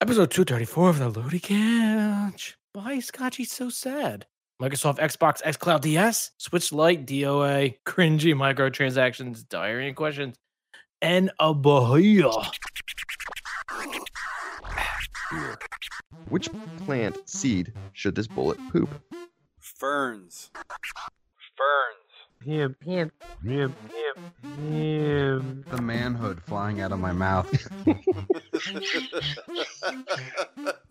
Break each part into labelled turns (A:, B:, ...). A: Episode 234 of the Loaded Couch. Why is Scotchy so sad? Microsoft Xbox X Cloud DS, Switch Lite, DOA, cringy microtransactions, diary and questions, and a bahia.
B: Which plant seed should this bullet poop?
C: Ferns. Ferns.
D: the manhood flying out of my mouth.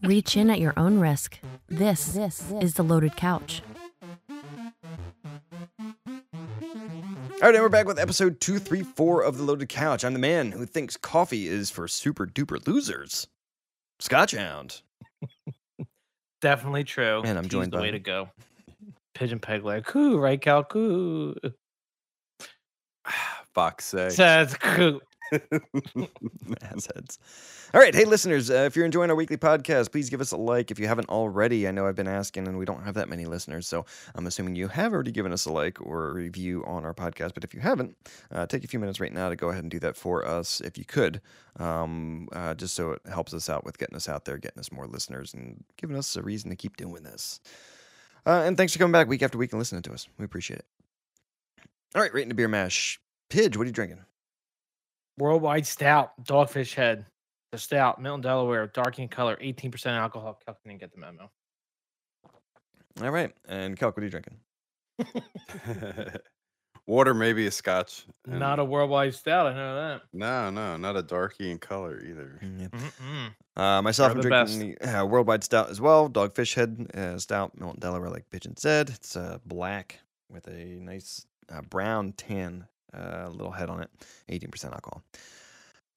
E: Reach in at your own risk. This, this, is the loaded couch.
B: All right, and we're back with episode 234 of The Loaded Couch. I'm the man who thinks coffee is for super duper losers. Scotch Hound.
A: Definitely true.
B: Man, I'm
A: Tease
B: joined
A: the
B: by-
A: way to go. Pigeon peg leg. Coo, right, Cal? Coo.
B: Fuck's sake.
A: Says coo.
B: Assets. All right. Hey, listeners, uh, if you're enjoying our weekly podcast, please give us a like if you haven't already. I know I've been asking, and we don't have that many listeners. So I'm assuming you have already given us a like or a review on our podcast. But if you haven't, uh, take a few minutes right now to go ahead and do that for us if you could, um, uh, just so it helps us out with getting us out there, getting us more listeners, and giving us a reason to keep doing this. Uh, and thanks for coming back week after week and listening to us. We appreciate it. All right, right into beer mash. Pidge, what are you drinking?
A: Worldwide Stout, Dogfish Head. The Stout, Milton, Delaware, dark in color, 18% alcohol. Cal didn't get the memo.
B: All right, and Kelk, what are you drinking?
D: Water, maybe a scotch. and-
A: Not a Worldwide Stout, I know that.
D: No, no, not a darky in color either.
B: Mm,
A: Mm-mm.
B: Uh, myself, I'm
A: They're Mm-hmm. the
B: drinking the, uh, Worldwide Stout as well. Dogfish Head uh, Stout, Milton Delaware, like Pigeon said. It's uh, black with a nice uh, brown tan uh, little head on it. 18% alcohol.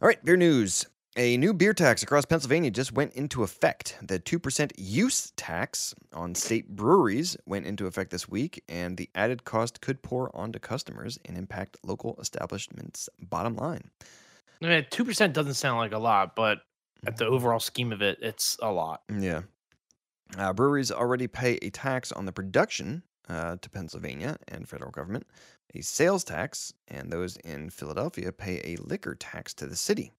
B: All right, beer news. A new beer tax across Pennsylvania just went into effect. The 2% use tax on state breweries went into effect this week, and the added cost could pour onto customers and impact local establishments' bottom line.
A: I mean, two percent doesn't sound like a lot, but at the overall scheme of it, it's a lot.
B: Yeah. Uh, breweries already pay a tax on the production uh, to Pennsylvania and federal government, a sales tax, and those in Philadelphia pay a liquor tax to the city,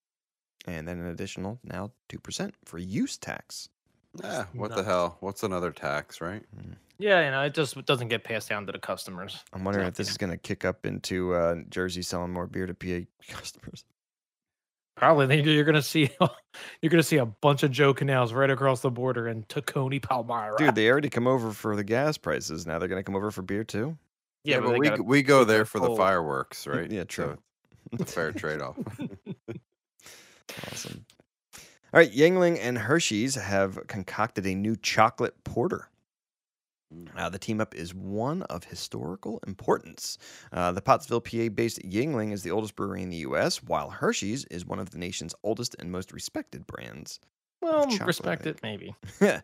B: and then an additional now 2% for use tax.
D: Yeah, what the
A: nuts.
D: hell? What's another tax, right?
A: Yeah, you know, it just doesn't get passed down to the customers.
B: I'm wondering if this is going to kick up into uh, Jersey selling more beer to PA customers.
A: Probably then you're gonna see you're gonna see a bunch of Joe Canals right across the border in Tacony, Palmyra.
B: Dude, they already come over for the gas prices. Now they're going to come over for beer too?
A: yeah, but,
D: but
A: they
D: we,
A: gotta-
D: g- we go there for the
A: cold.
D: fireworks, right?
B: Yeah,
D: So
B: true.
D: it's a fair trade off.
B: Awesome. All right, Yingling and Hershey's have concocted a new chocolate porter. Uh, the team up is one of historical importance. Uh, the Pottsville, PA based Yingling is the oldest brewery in the U.S., while Hershey's is one of the nation's oldest and most respected brands.
A: well
B: chocolate, I
A: respect
B: think.
A: it maybe.
B: uh,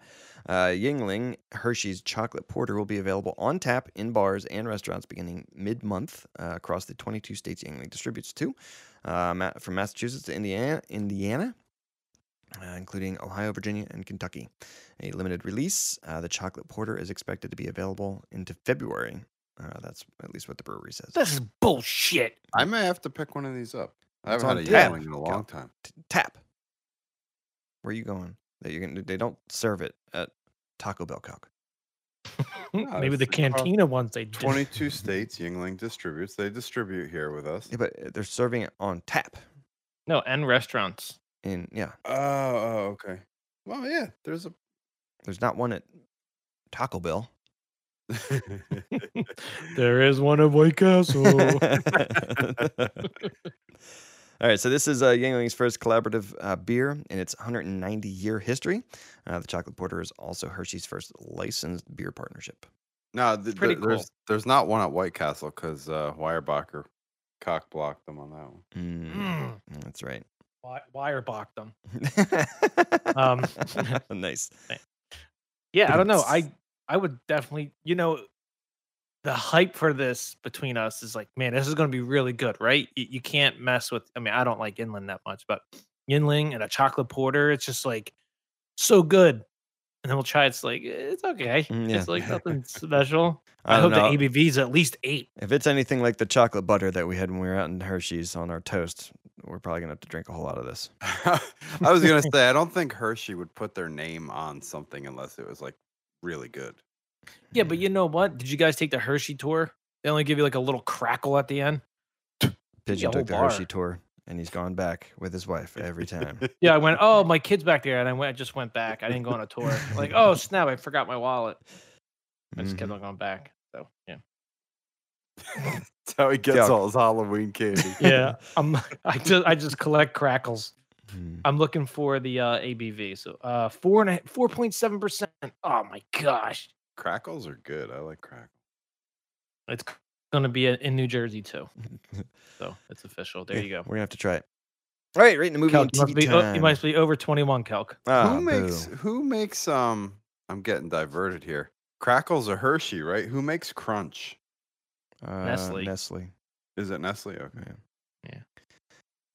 B: Yingling Hershey's chocolate porter will be available on tap in bars and restaurants beginning mid month uh, across the 22 states Yingling distributes to, uh, ma- from Massachusetts to Indiana, Indiana uh, including Ohio, Virginia, and Kentucky. A limited release, uh, the chocolate porter is expected to be available into February. Uh, that's at least what the brewery says.
A: This is bullshit.
D: I may have to pick one of these up. I
B: It's on
D: haven't had a
B: tap.
D: yearling in a
B: Go.
D: long time.
B: T- tap. Where are you going? That you're gonna, they don't serve it at Taco Bell Coke.
A: maybe
D: it's
A: the
D: the top
A: cantina ones they do.
D: 22 states Yingling distributes. They distribute here with us.
B: Yeah, but uh, they're serving it on tap.
A: No, and restaurants.
B: In yeah,
D: Oh, oh, okay. Well, yeah, there's a.
B: There's not one at Taco Bell.
A: There is one at White Castle.
B: All right, so this is uh, Yangling's first collaborative uh, beer in its 190 year history. Uh, the chocolate porter is also Hershey's first licensed beer partnership.
D: no, th-
A: Pretty
D: th- there's, there's not one at White Castle because uh, Weyerbacher cock blocked them on that one.
B: Mm,
A: Mm.
B: That's right.
A: Wi- Wire blocked them. Um,
B: nice.
A: Yeah, I don't know.
B: It's-
A: I I would definitely, you know, the hype for this between us is like, man, this is going to be really good, right? You, you can't mess with. I mean, I don't like Inland that much, but Yinling and a chocolate porter, it's just like so good. and then we'll try. It's like "Eh, it's okay.
B: Mm, yeah.
A: It's like nothing special.
B: I,
A: I,
B: don't
A: hope
B: know.
A: the ABV is at least eight.
B: if it's anything like the chocolate butter that we had when we were out in Hershey's on our toast, we're probably gonna have to drink a whole lot of this.
D: I was gonna say I don't think Hershey would put their name on something unless it was like really good.
A: Yeah, but you know what? Did you guys take the Hershey tour? They only give you like a little crackle at the end.
B: Pigeon
A: a
B: took the
A: whole
B: Hershey
A: bar.
B: tour, and he's gone back with his wife every time.
A: Yeah, I went. Oh, my kid's back there, and I went. I just went back. I didn't go on a tour. Like, oh snap! I forgot my wallet. I just
B: Mm-hmm.
A: kept on going back. So yeah,
D: That's how he gets
B: Yuck.
D: all his Halloween candy.
A: yeah. I'm. I just I just collect crackles.
B: Mhm.
A: I'm looking for the uh, ABV. So uh, four and a four point seven percent. Oh my gosh,
D: Crackles are good. I like crackles.
A: it's c- gonna be in New Jersey too.
B: Mhm.
A: So it's official. There
B: Yeah,
A: you go.
B: We're gonna have to try it. All right, rating the movie.
A: Kelk,
B: and
A: you must,
B: TV
A: be, o-
B: time.
A: you must be over 21, Kelk.
B: Ah,
D: who makes
B: boo.
D: who makes um I'm getting diverted here. Crackles are Hershey, right? Who makes crunch?
B: Uh,
A: Nestle?
B: Nestle.
D: Is it Nestle? Okay.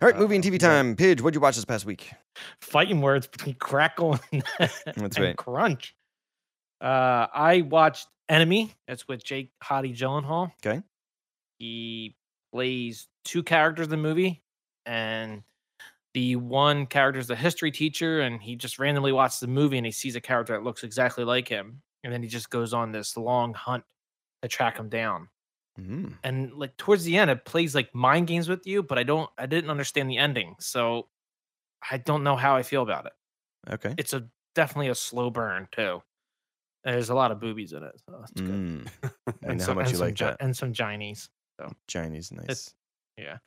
B: All right, movie and
A: Uh,
B: TV
A: yeah.
B: time. Pidge, what'd you watch this past week?
A: Fighting words between crackle and, and
B: right.
A: crunch. Uh, I watched Enemy. That's with Jake Hottie Gyllenhaal.
B: Okay.
A: He plays two characters in the movie, and the one character is the history teacher, and he just randomly watches the movie and he sees a character that looks exactly like him, and then he just goes on this long hunt to track him down.
B: Mm.
A: and like towards the end it plays like mind games with you but i don't i didn't understand the ending so i don't know how i feel about it
B: Okay.
A: it's a definitely a slow burn too And there's a lot of boobies in it so it's good
B: Mm. I know how
A: some-
B: much you
A: some
B: like
A: Gi-
B: that.
A: and some Chinese.
B: Chinese, nice.
A: yeah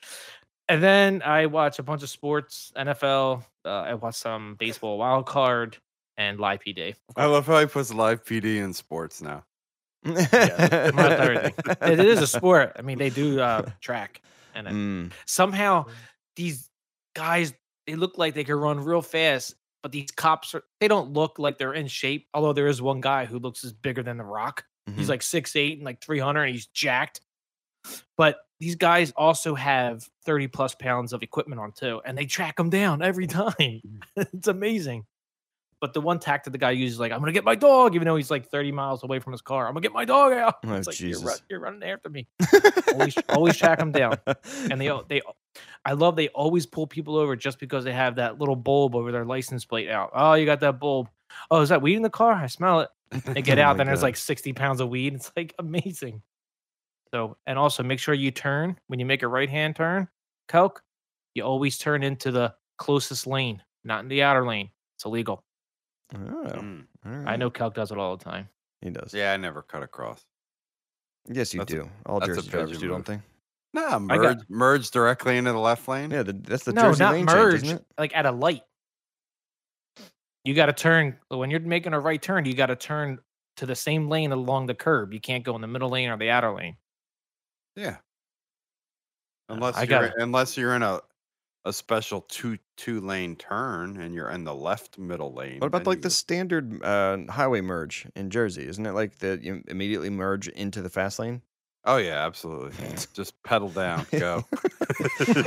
A: and then i watch a bunch of sports nfl uh, i watch some baseball wild card and live p day
D: I love how he puts live PD in sports now.
A: yeah, my third it is a sport i mean they do uh track and it
B: Mm.
A: somehow these guys they look like they can run real fast but these cops are they don't look like they're in shape although there is one guy who looks is bigger than the rock
B: Mhm.
A: he's like six eight and like 300 and he's jacked but these guys also have 30 plus pounds of equipment on too and they track them down every time
B: Mm-hmm.
A: it's amazing but the one tactic the guy uses like i'm gonna get my dog even though he's like 30 miles away from his car i'm gonna get my dog out
B: Oh,
A: it's like you're,
B: Jesus.
A: run- you're running after me always always track them down and they al- they al- I love they always pull people over just because they have that little bulb over their license plate out. Oh, you got that bulb. Oh, is that weed in the car? I smell it. They get
B: Oh
A: out,
B: my
A: then there's
B: God.
A: like 60 pounds of weed. It's like amazing. So, and also make sure you turn when you make a right hand turn, Coke, you always turn into the closest lane, not in the outer lane. It's illegal.
B: Oh,
D: Mm.
A: I
B: alright.
A: know Calc does it all the time.
B: he does.
D: Yeah, I never cut across.
B: Yes, you
D: That's a-
B: do. All
D: that's a
B: Jersey drivers
D: Pigeon
B: do, don't
D: move.
B: they?
D: Nah,
A: I got-
D: merge merge directly into the left lane.
B: Yeah, the, that's the
A: no,
B: Jersey
A: not
B: lane
A: merge.
B: change, isn't it?
A: Like at a light, you got to turn when you're making a right turn. You got to turn to the same lane along the curb. You can't go in the middle lane or the outer lane.
D: Yeah. Unless
A: I
D: you're
A: got-
D: unless you're in a a special two two lane turn and you're in the left middle lane.
B: What about
D: then
B: like
D: you-
B: the standard uh, highway merge in Jersey? Isn't it like that you immediately merge into the fast lane?
D: Oh yeah, absolutely. Just pedal down, go.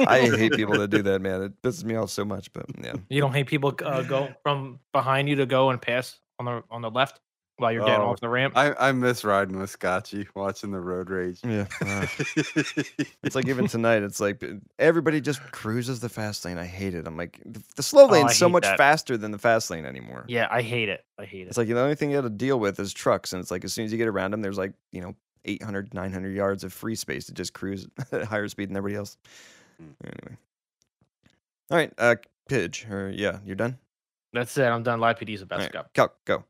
B: I hate people that do that, man. It pisses me off so much. But mm, yeah,
A: You don't hate people uh, go from behind you to go and pass on the on the left while you're getting
D: Oh,
A: off the ramp.
D: I, I miss riding with Scotchy, watching the road rage.
B: yeah. Ugh. it's like even tonight, it's like everybody just cruises the fast lane. I hate it. I'm like the, the slow
A: Oh, I
B: lane's so
A: hate
B: much
A: that.
B: faster than the fast lane anymore.
A: yeah, I hate it. I hate it.
B: It's like the only thing you got to deal with is trucks, and it's like as soon as you get around them, there's like you know 800, 900 yards of free space to just cruise at higher speed than everybody else.
D: Mm.
B: Anyway, all right, uh, Pidge, or yeah, you're done.
A: That's it. I'm done. Live PD's the
B: All
A: best
B: right,
A: cup.
B: Calc, go.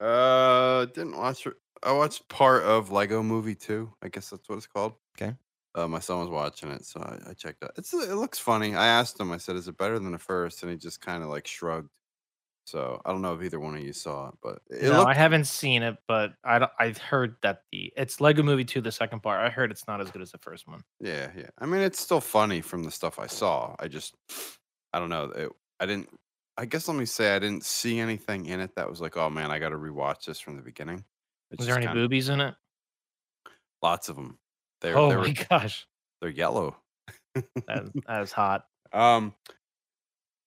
D: Uh, didn't watch. r- I watched part of Lego Movie Two. I guess that's what it's called.
B: 'Kay.
D: Uh, my son was watching it, so I, I checked out. It's it looks funny. I asked him. I said, "Is it better than the first? And he just kind of like shrugged. So I don't know if either one of you saw it, but it
A: no,
D: looked
A: I haven't seen it, but I don't- I've heard that the it's Lego Movie Two, the second part. I heard it's not as good as the first one.
D: Yeah, yeah. I mean, it's still funny from the stuff I saw. I just, I don't know. It, I didn't. I guess let me say I didn't see anything in it that was like, oh man, I got to rewatch this from the beginning. It's
A: Was there
D: just
A: any
D: kinda-
A: boobies in it?
D: Lots of them. They're
A: oh
D: they're,
A: my gosh,
D: they're yellow.
A: that, that is hot.
D: Um,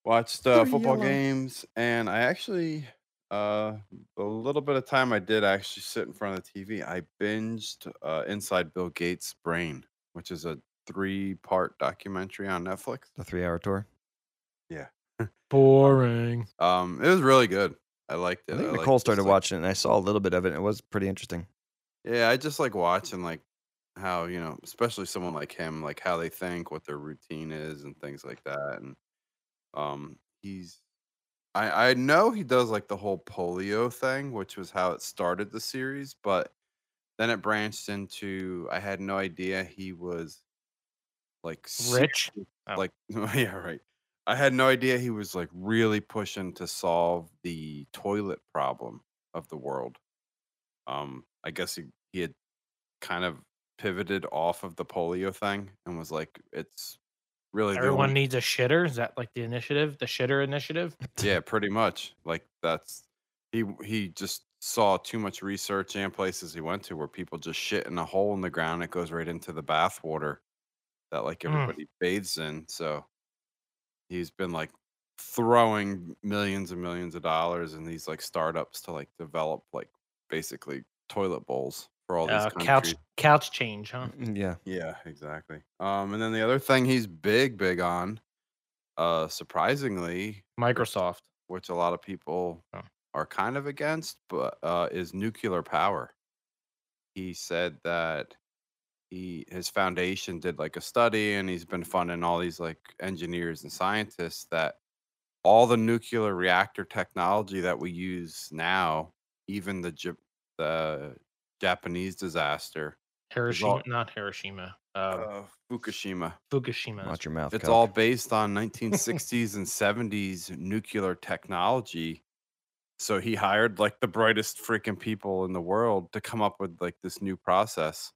D: watched uh,
B: They're
D: football
B: yellow.
D: games, and I actually Uh, the little bit of time I did actually sit in front of the TV, I binged uh, Inside Bill Gates' Brain, which is a three-part documentary on Netflix.
B: The three hour tour.
A: Boring.
D: Um, it was really good. I liked it.
B: I think
D: liked
B: Nicole
D: just,
B: started
D: like-
B: watching it and I saw a little bit of it and it was pretty interesting.
D: Yeah, I just like watching like how you know, especially someone like him, like how they think, what their routine is, and things like that. And um, he's I I know he does like the whole polio thing, which was how it started the series, but then it branched into I had no idea he was like ser-
A: Rich. Oh.
D: like yeah right i had no idea he was like really pushing to solve the toilet problem of the world um i guess he, he had kind of pivoted off of the polio thing and was like it's really the
A: Everyone
D: only-
A: needs a shitter. Is that like the initiative? The shitter initiative?
D: yeah pretty much like that's he he just saw too much research and places he went to where people just shit in a hole in the ground it goes right into the bath water that like
A: Mm.
D: everybody bathes in so he's been like throwing millions and millions of dollars in these like startups to like develop like basically toilet bowls for all these
A: Uh,
D: countries.
A: couch couch change, huh?
B: Mm, Yeah.
D: Yeah, exactly. Um, and then the other thing he's big, big on, uh, surprisingly,
A: Microsoft.
D: which a lot of people
A: Oh.
D: are kind of against, but uh, is nuclear power. He said that he his foundation did like a study, and he's been funding all these like engineers and scientists that all the nuclear reactor technology that we use now, even the Jap- the Japanese disaster,
A: Hiroshima, not Hiroshima. Um,
D: uh, Fukushima,
A: Fukushima.
B: Watch your mouth.
D: it's
B: Kyle.
D: all based on 1960s and 70s nuclear technology. So he hired like the brightest freaking people in the world to come up with like this new process.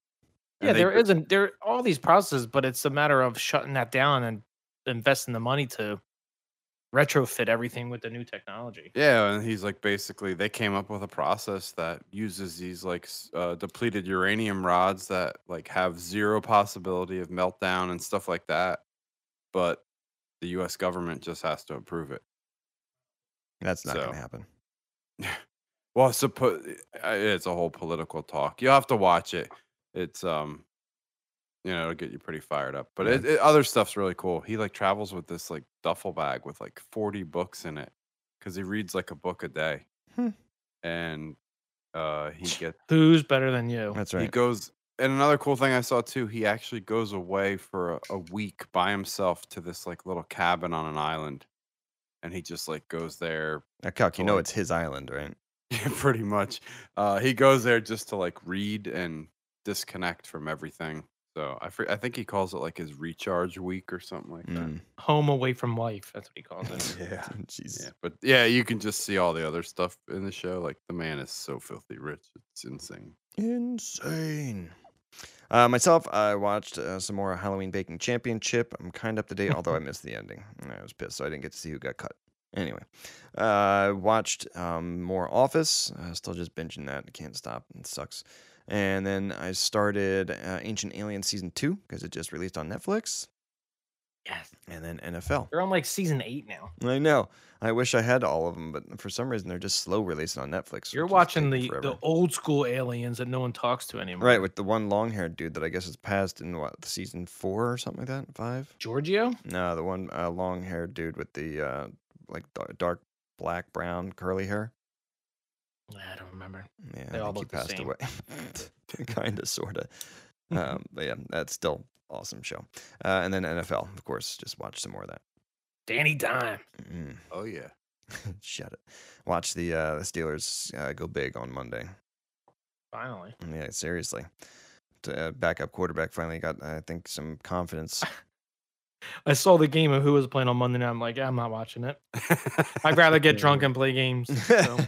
A: Yeah, there
D: is.
A: not there all these processes, but it's a matter of shutting that down and investing the money to retrofit everything with the new technology.
D: Yeah, and he's like basically they came up with a process that uses these like s- uh, depleted uranium rods that like have zero possibility of meltdown and stuff like that. But the U.S. government just has to approve it.
B: That's not
D: so.
B: gonna happen.
D: Well, suppo- uh, it's a whole political talk. You'll have to watch it. It's um, you know, it'll get you pretty fired up. But
B: Yeah.
D: it, it- other stuff's really cool. He like travels with this like duffel bag with like forty books in it because he reads like a book a day,
B: Hmm.
D: and uh, he gets
A: Who's better than you?
B: That's
D: he
B: right.
D: goes. And another cool thing I saw too, he actually goes away for a, a week by himself to this like little cabin on an island, and he just like goes there,
B: Now, Calc, you know
D: Totally.
B: it's his island, right?
D: yeah, pretty much. Uh, he goes there just to like read and disconnect from everything. So I, fr- I think he calls it like his recharge week or something like
B: Mm.
A: Home away from life. That's what he calls it.
D: that. Yeah.
B: Jeez.
D: Yeah, but yeah, you can just see all the other stuff in the show. Like the man is so filthy rich, it's insane.
B: Insane. Uh, myself, I watched uh, some more Halloween Baking Championship. I'm kind of up to date, although I missed the ending. And I was pissed, so I didn't get to see who got cut. Anyway, uh, watched um, more Office. Uh, still just binging that. Can't stop. It sucks. And then I started uh, Ancient Alien Season 2 because it just released on Netflix.
A: yes.
B: And then NFL.
A: They're on like season eight now.
B: I know. I wish I had all of them, but for some reason they're just slow releasing on Netflix.
A: You're
B: which is
A: watching
B: taking
A: the,
B: forever.
A: the old school aliens that no one talks to anymore.
B: Right, with the one long haired dude that I guess is passed in what season four or something like that, five.
A: Giorgio?
B: No, the one uh, long haired dude with the uh, like dar- dark black brown curly hair.
A: I don't remember.
B: Yeah,
A: They
B: I
A: all
B: think
A: look the same.
B: away. kind of, sorta. Um, but yeah, that's still awesome show. Uh, and then NFL, of course, just watch some more of that.
A: Danny Dime.
B: Mm,
D: Oh yeah.
B: shut it. Watch the uh, the Steelers uh, go big on Monday.
A: Finally.
B: Yeah, seriously. T- Uh, backup quarterback finally got, I think, some confidence.
A: I saw the game of who was playing on Monday night. I'm like, I'm not watching it. I'd rather get
B: Yeah.
A: drunk and play games. So.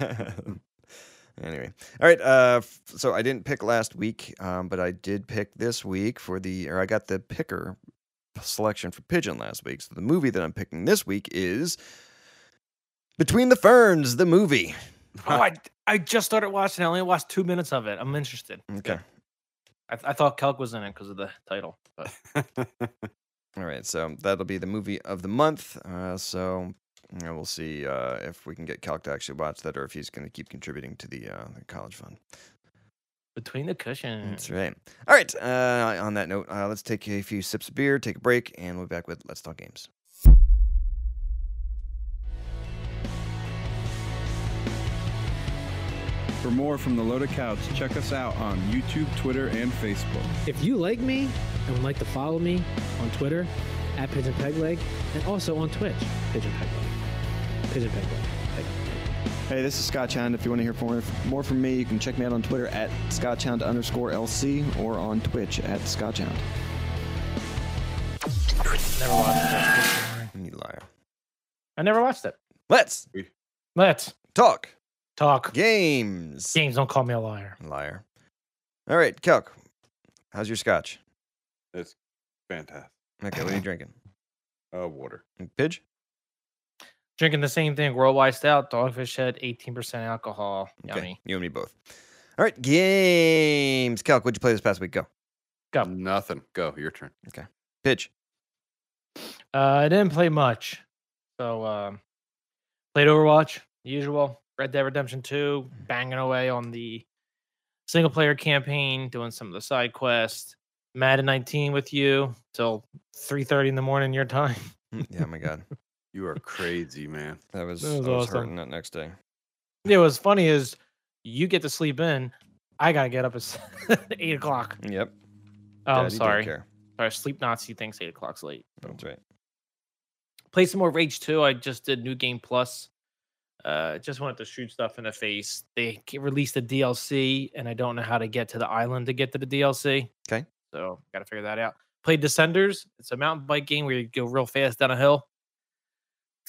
B: anyway, all right. Uh, f- so I didn't pick last week, um, but I did pick this week for the, or I got the picker selection for Pigeon last week. So the movie that I'm picking this week is Between the Ferns, the movie.
A: oh, I, I just started watching. it. I only watched two minutes of it. I'm interested. It's good.
B: Okay.
A: I, th- I thought Kelk was in it because of the title. But
B: All right. So that'll be the movie of the month. Uh, so And we'll see uh, if we can get Calc to actually watch that or if he's going to keep contributing to the, uh, the college fund.
A: Between the cushions.
B: That's right. All right. Uh, on that note, uh, let's take a few sips of beer, take a break, and we'll be back with Let's Talk Games.
F: For more from the Loaded Couch, check us out on YouTube, Twitter, and Facebook.
G: If you like me and would like to follow me on Twitter at Pigeon Peg Leg and also on Twitch, Pigeon Peg Leg. Pigeon Peg Leg. Peg, Peg.
H: Hey, this is Scott Hound. If you want to hear more, more from me, you can check me out on Twitter at scotchhound underscore LC or on Twitch at scotchhound.
A: Never watched it.
B: You liar.
A: I never watched it.
B: Let's
A: Let's
B: talk
A: talk.
B: games.
A: James, don't call me a liar.
B: Liar. All right, Calc. How's your scotch?
D: It's fantastic.
B: Okay, what are you drinking?
D: Uh, water.
B: Pidge?
A: Drinking the same thing, worldwide stout, dogfish head, 18% alcohol. Yummy.
B: You and me both. All right, games. Calc, what'd you play this past week? Go.
A: Go.
D: Nothing. Go. Your turn.
B: Pidge.
A: Uh, I didn't play much. So um, played Overwatch, the usual. Red Dead Redemption 2, banging away on the single player campaign, doing some of the side quests. Madden 19 with you till 3:30 in the morning your time.
B: Mm, yeah, my God.
D: You are crazy, man.
B: That was,
A: That was
B: I was
A: awesome.
B: hurting that next day.
A: Yeah, what's funny is you get to sleep in. I gotta get up at s- eight o'clock.
B: Yep.
A: Oh,
B: Daddy
A: I'm
B: don't
A: sorry.
B: care.
A: Sorry, sleep Nazi thinks eight o'clock's late.
B: That's right.
A: Play some more Rage 2. I just did New Game Plus. Uh, just wanted to shoot stuff in the face. They ca- released the DLC, and I don't know how to get to the island to get to the DLC.
B: 'Kay.
A: So gotta figure that out. Played Descenders. It's a mountain bike game where you go real fast down a hill.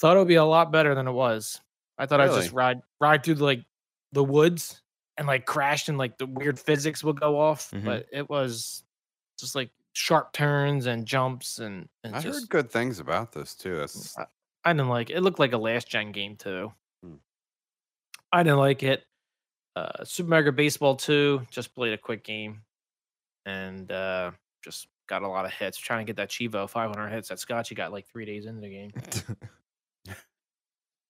A: Thought it would be a lot better than it was. I thought I'd just
D: Really?
A: ride ride through like the woods and like crashed and like the weird physics would go off.
D: Mm-hmm.
B: Mhm.
A: But it was just like sharp turns and jumps and, and
D: I
A: just
D: heard good things about this too. That's
A: I- I didn't like it. It looked like a last gen game too.
D: Hmm.
A: I didn't like it. Uh, Super Mega Baseball 2, just played a quick game and uh, just got a lot of hits. Trying to get that Chivo 500 hits that Scotchy got like three days into the game.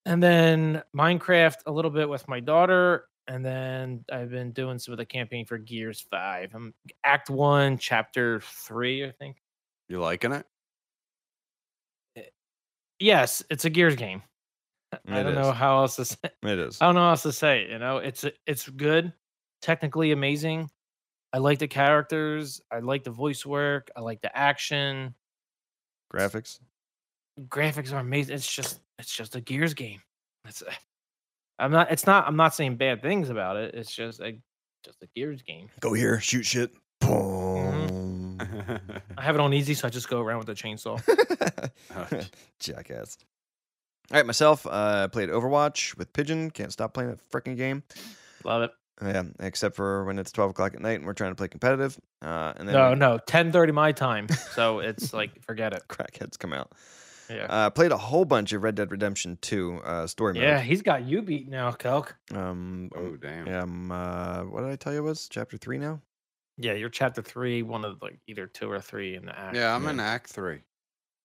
A: and then Minecraft a little bit with my daughter. And then I've been doing some of the campaign for Gears 5. I'm Act 1, Chapter 3, I think.
D: you liking it?
A: Yes, it's a Gears game. I
B: It
A: don't know Um,
B: is.
A: how else to say
B: It is.
A: I don't know what else to say. You know, it's uh, it's good, technically amazing. I like the characters. I like the voice work. I like the action.
B: Graphics.
A: Graphics are amazing. It's just it's just a Gears game. It's uh, I'm not it's not I'm not saying bad things about it. It's just a just a Gears game.
B: Go here, shoot shit. Boom.
A: I have it on easy, so I just go around with a chainsaw.
D: Ouch.
B: Jackass. All right, myself, uh, I played Overwatch with Pigeon. Can't stop playing that freaking game. Uh,
A: Love it.
B: Yeah, except for when it's 12 o'clock at night and we're trying to play competitive. Uh, and then
A: No,
B: when
A: no, 10:30 my time. So it's like forget it.
B: crackheads come out.
A: Yeah.
B: Uh, played a whole bunch of Red Dead Redemption 2 uh, story mode.
A: yeah, he's got you beat now, Calc.
B: Um,
D: oh damn.
B: yeah, um, uh, what did I tell you it was? Chapter 3 now?
A: Yeah, you're chapter three, one of like either two or three in the act.
D: Yeah, I'm
B: Yeah.
D: in Act Three.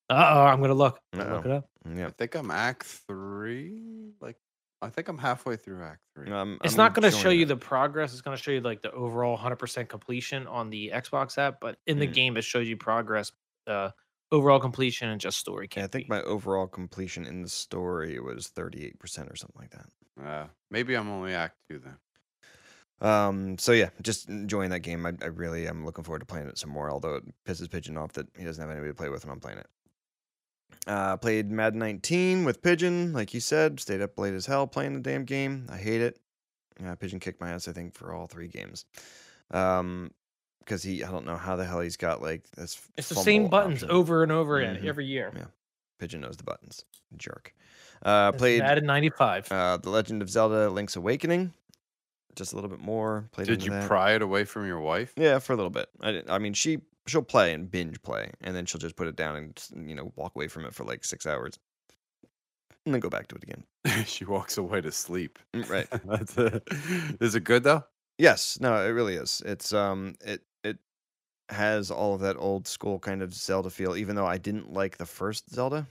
A: Uh oh, I'm gonna look. I'm gonna
B: Uh-oh.
A: Look it up.
B: Mm, Yeah.
D: I think I'm Act Three. Like, I think I'm halfway through Act Three.
B: I'm-
A: It's
B: Um, I'm
A: not gonna
B: enjoying
A: show you
B: it.
A: the progress. It's gonna show you like the overall 100% completion on the Xbox app, but in the
B: Mm.
A: game it shows you progress, uh, overall completion, and just story.
B: Yeah, I think
A: campaign.
B: my overall completion in the story was 38% or something like that.
D: Uh, maybe I'm only Act Two then.
B: Um, so yeah, just enjoying that game. I, I really am looking forward to playing it some more, although it pisses Pigeon off that he doesn't have anybody to play with when I'm playing it. Uh, played Madden 19 with Pigeon, like you said, stayed up late as hell playing the damn game. I hate it. Uh, Pigeon kicked my ass, I think, for all three games. Um, because he, I don't know how the hell he's got like this.
A: it's the same
B: fumble
A: buttons
B: option.
A: over and over again
B: Mhm.
A: every year.
B: Yeah, Pigeon knows the buttons. Jerk. Uh,
A: That's
B: played
A: Madden 95.
B: uh, The Legend of Zelda: Link's Awakening. Just a little bit more. Played
D: Did
B: into
D: you
B: that.
D: pry it away from your wife?
B: Yeah, for a little bit. I, didn't- I mean, she she'll play and binge play, and then she'll just put it down and s- you know walk away from it for like six hours, and then go back to it again.
D: she walks away to sleep.
B: Mm, Right?
D: That's it. Is it good though?
B: yes. No, it really is. It's um, it it has all of that old school kind of Zelda feel, even though I didn't like the first Zelda,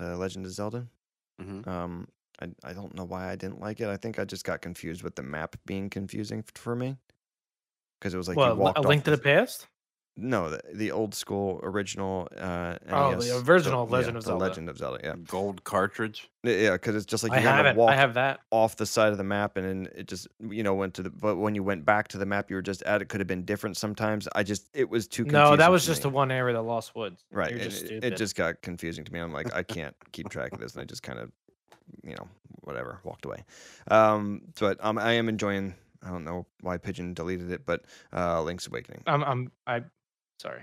B: uh, Legend of Zelda.
D: Mhm.
B: Um, I, I don't know why I didn't like it. I think I just got confused with the map being confusing f- for me because it was like
A: well,
B: you
A: li-
B: walked
A: a
B: off
A: link to the past.
B: no the, the old school original uh
A: Oh, the
B: NES,
A: original Legend
B: yeah,
A: of
B: the
A: Zelda.
B: Legend of Zelda yeah
D: Gold cartridge.
B: yeah because it's just like you
A: I
B: kind of
A: haven't.
B: walk
A: I have that.
B: off the side of the map and then it just you know went to the but when you went back to the map you were just at it could have been different sometimes I just it was too
A: No, that
B: confusing
A: was
B: for
A: just
B: me.
A: the one area, the Lost Woods.
B: Right.
A: You're
B: and
A: just
B: it,
A: stupid.
B: it just got confusing to me. I'm like, I can't keep track of this. And I just kind of, you know, whatever, walked away. Um, but um, I am enjoying, I don't know why Pigeon deleted it, but uh, Link's Awakening.
A: I'm. I'm. I. Sorry.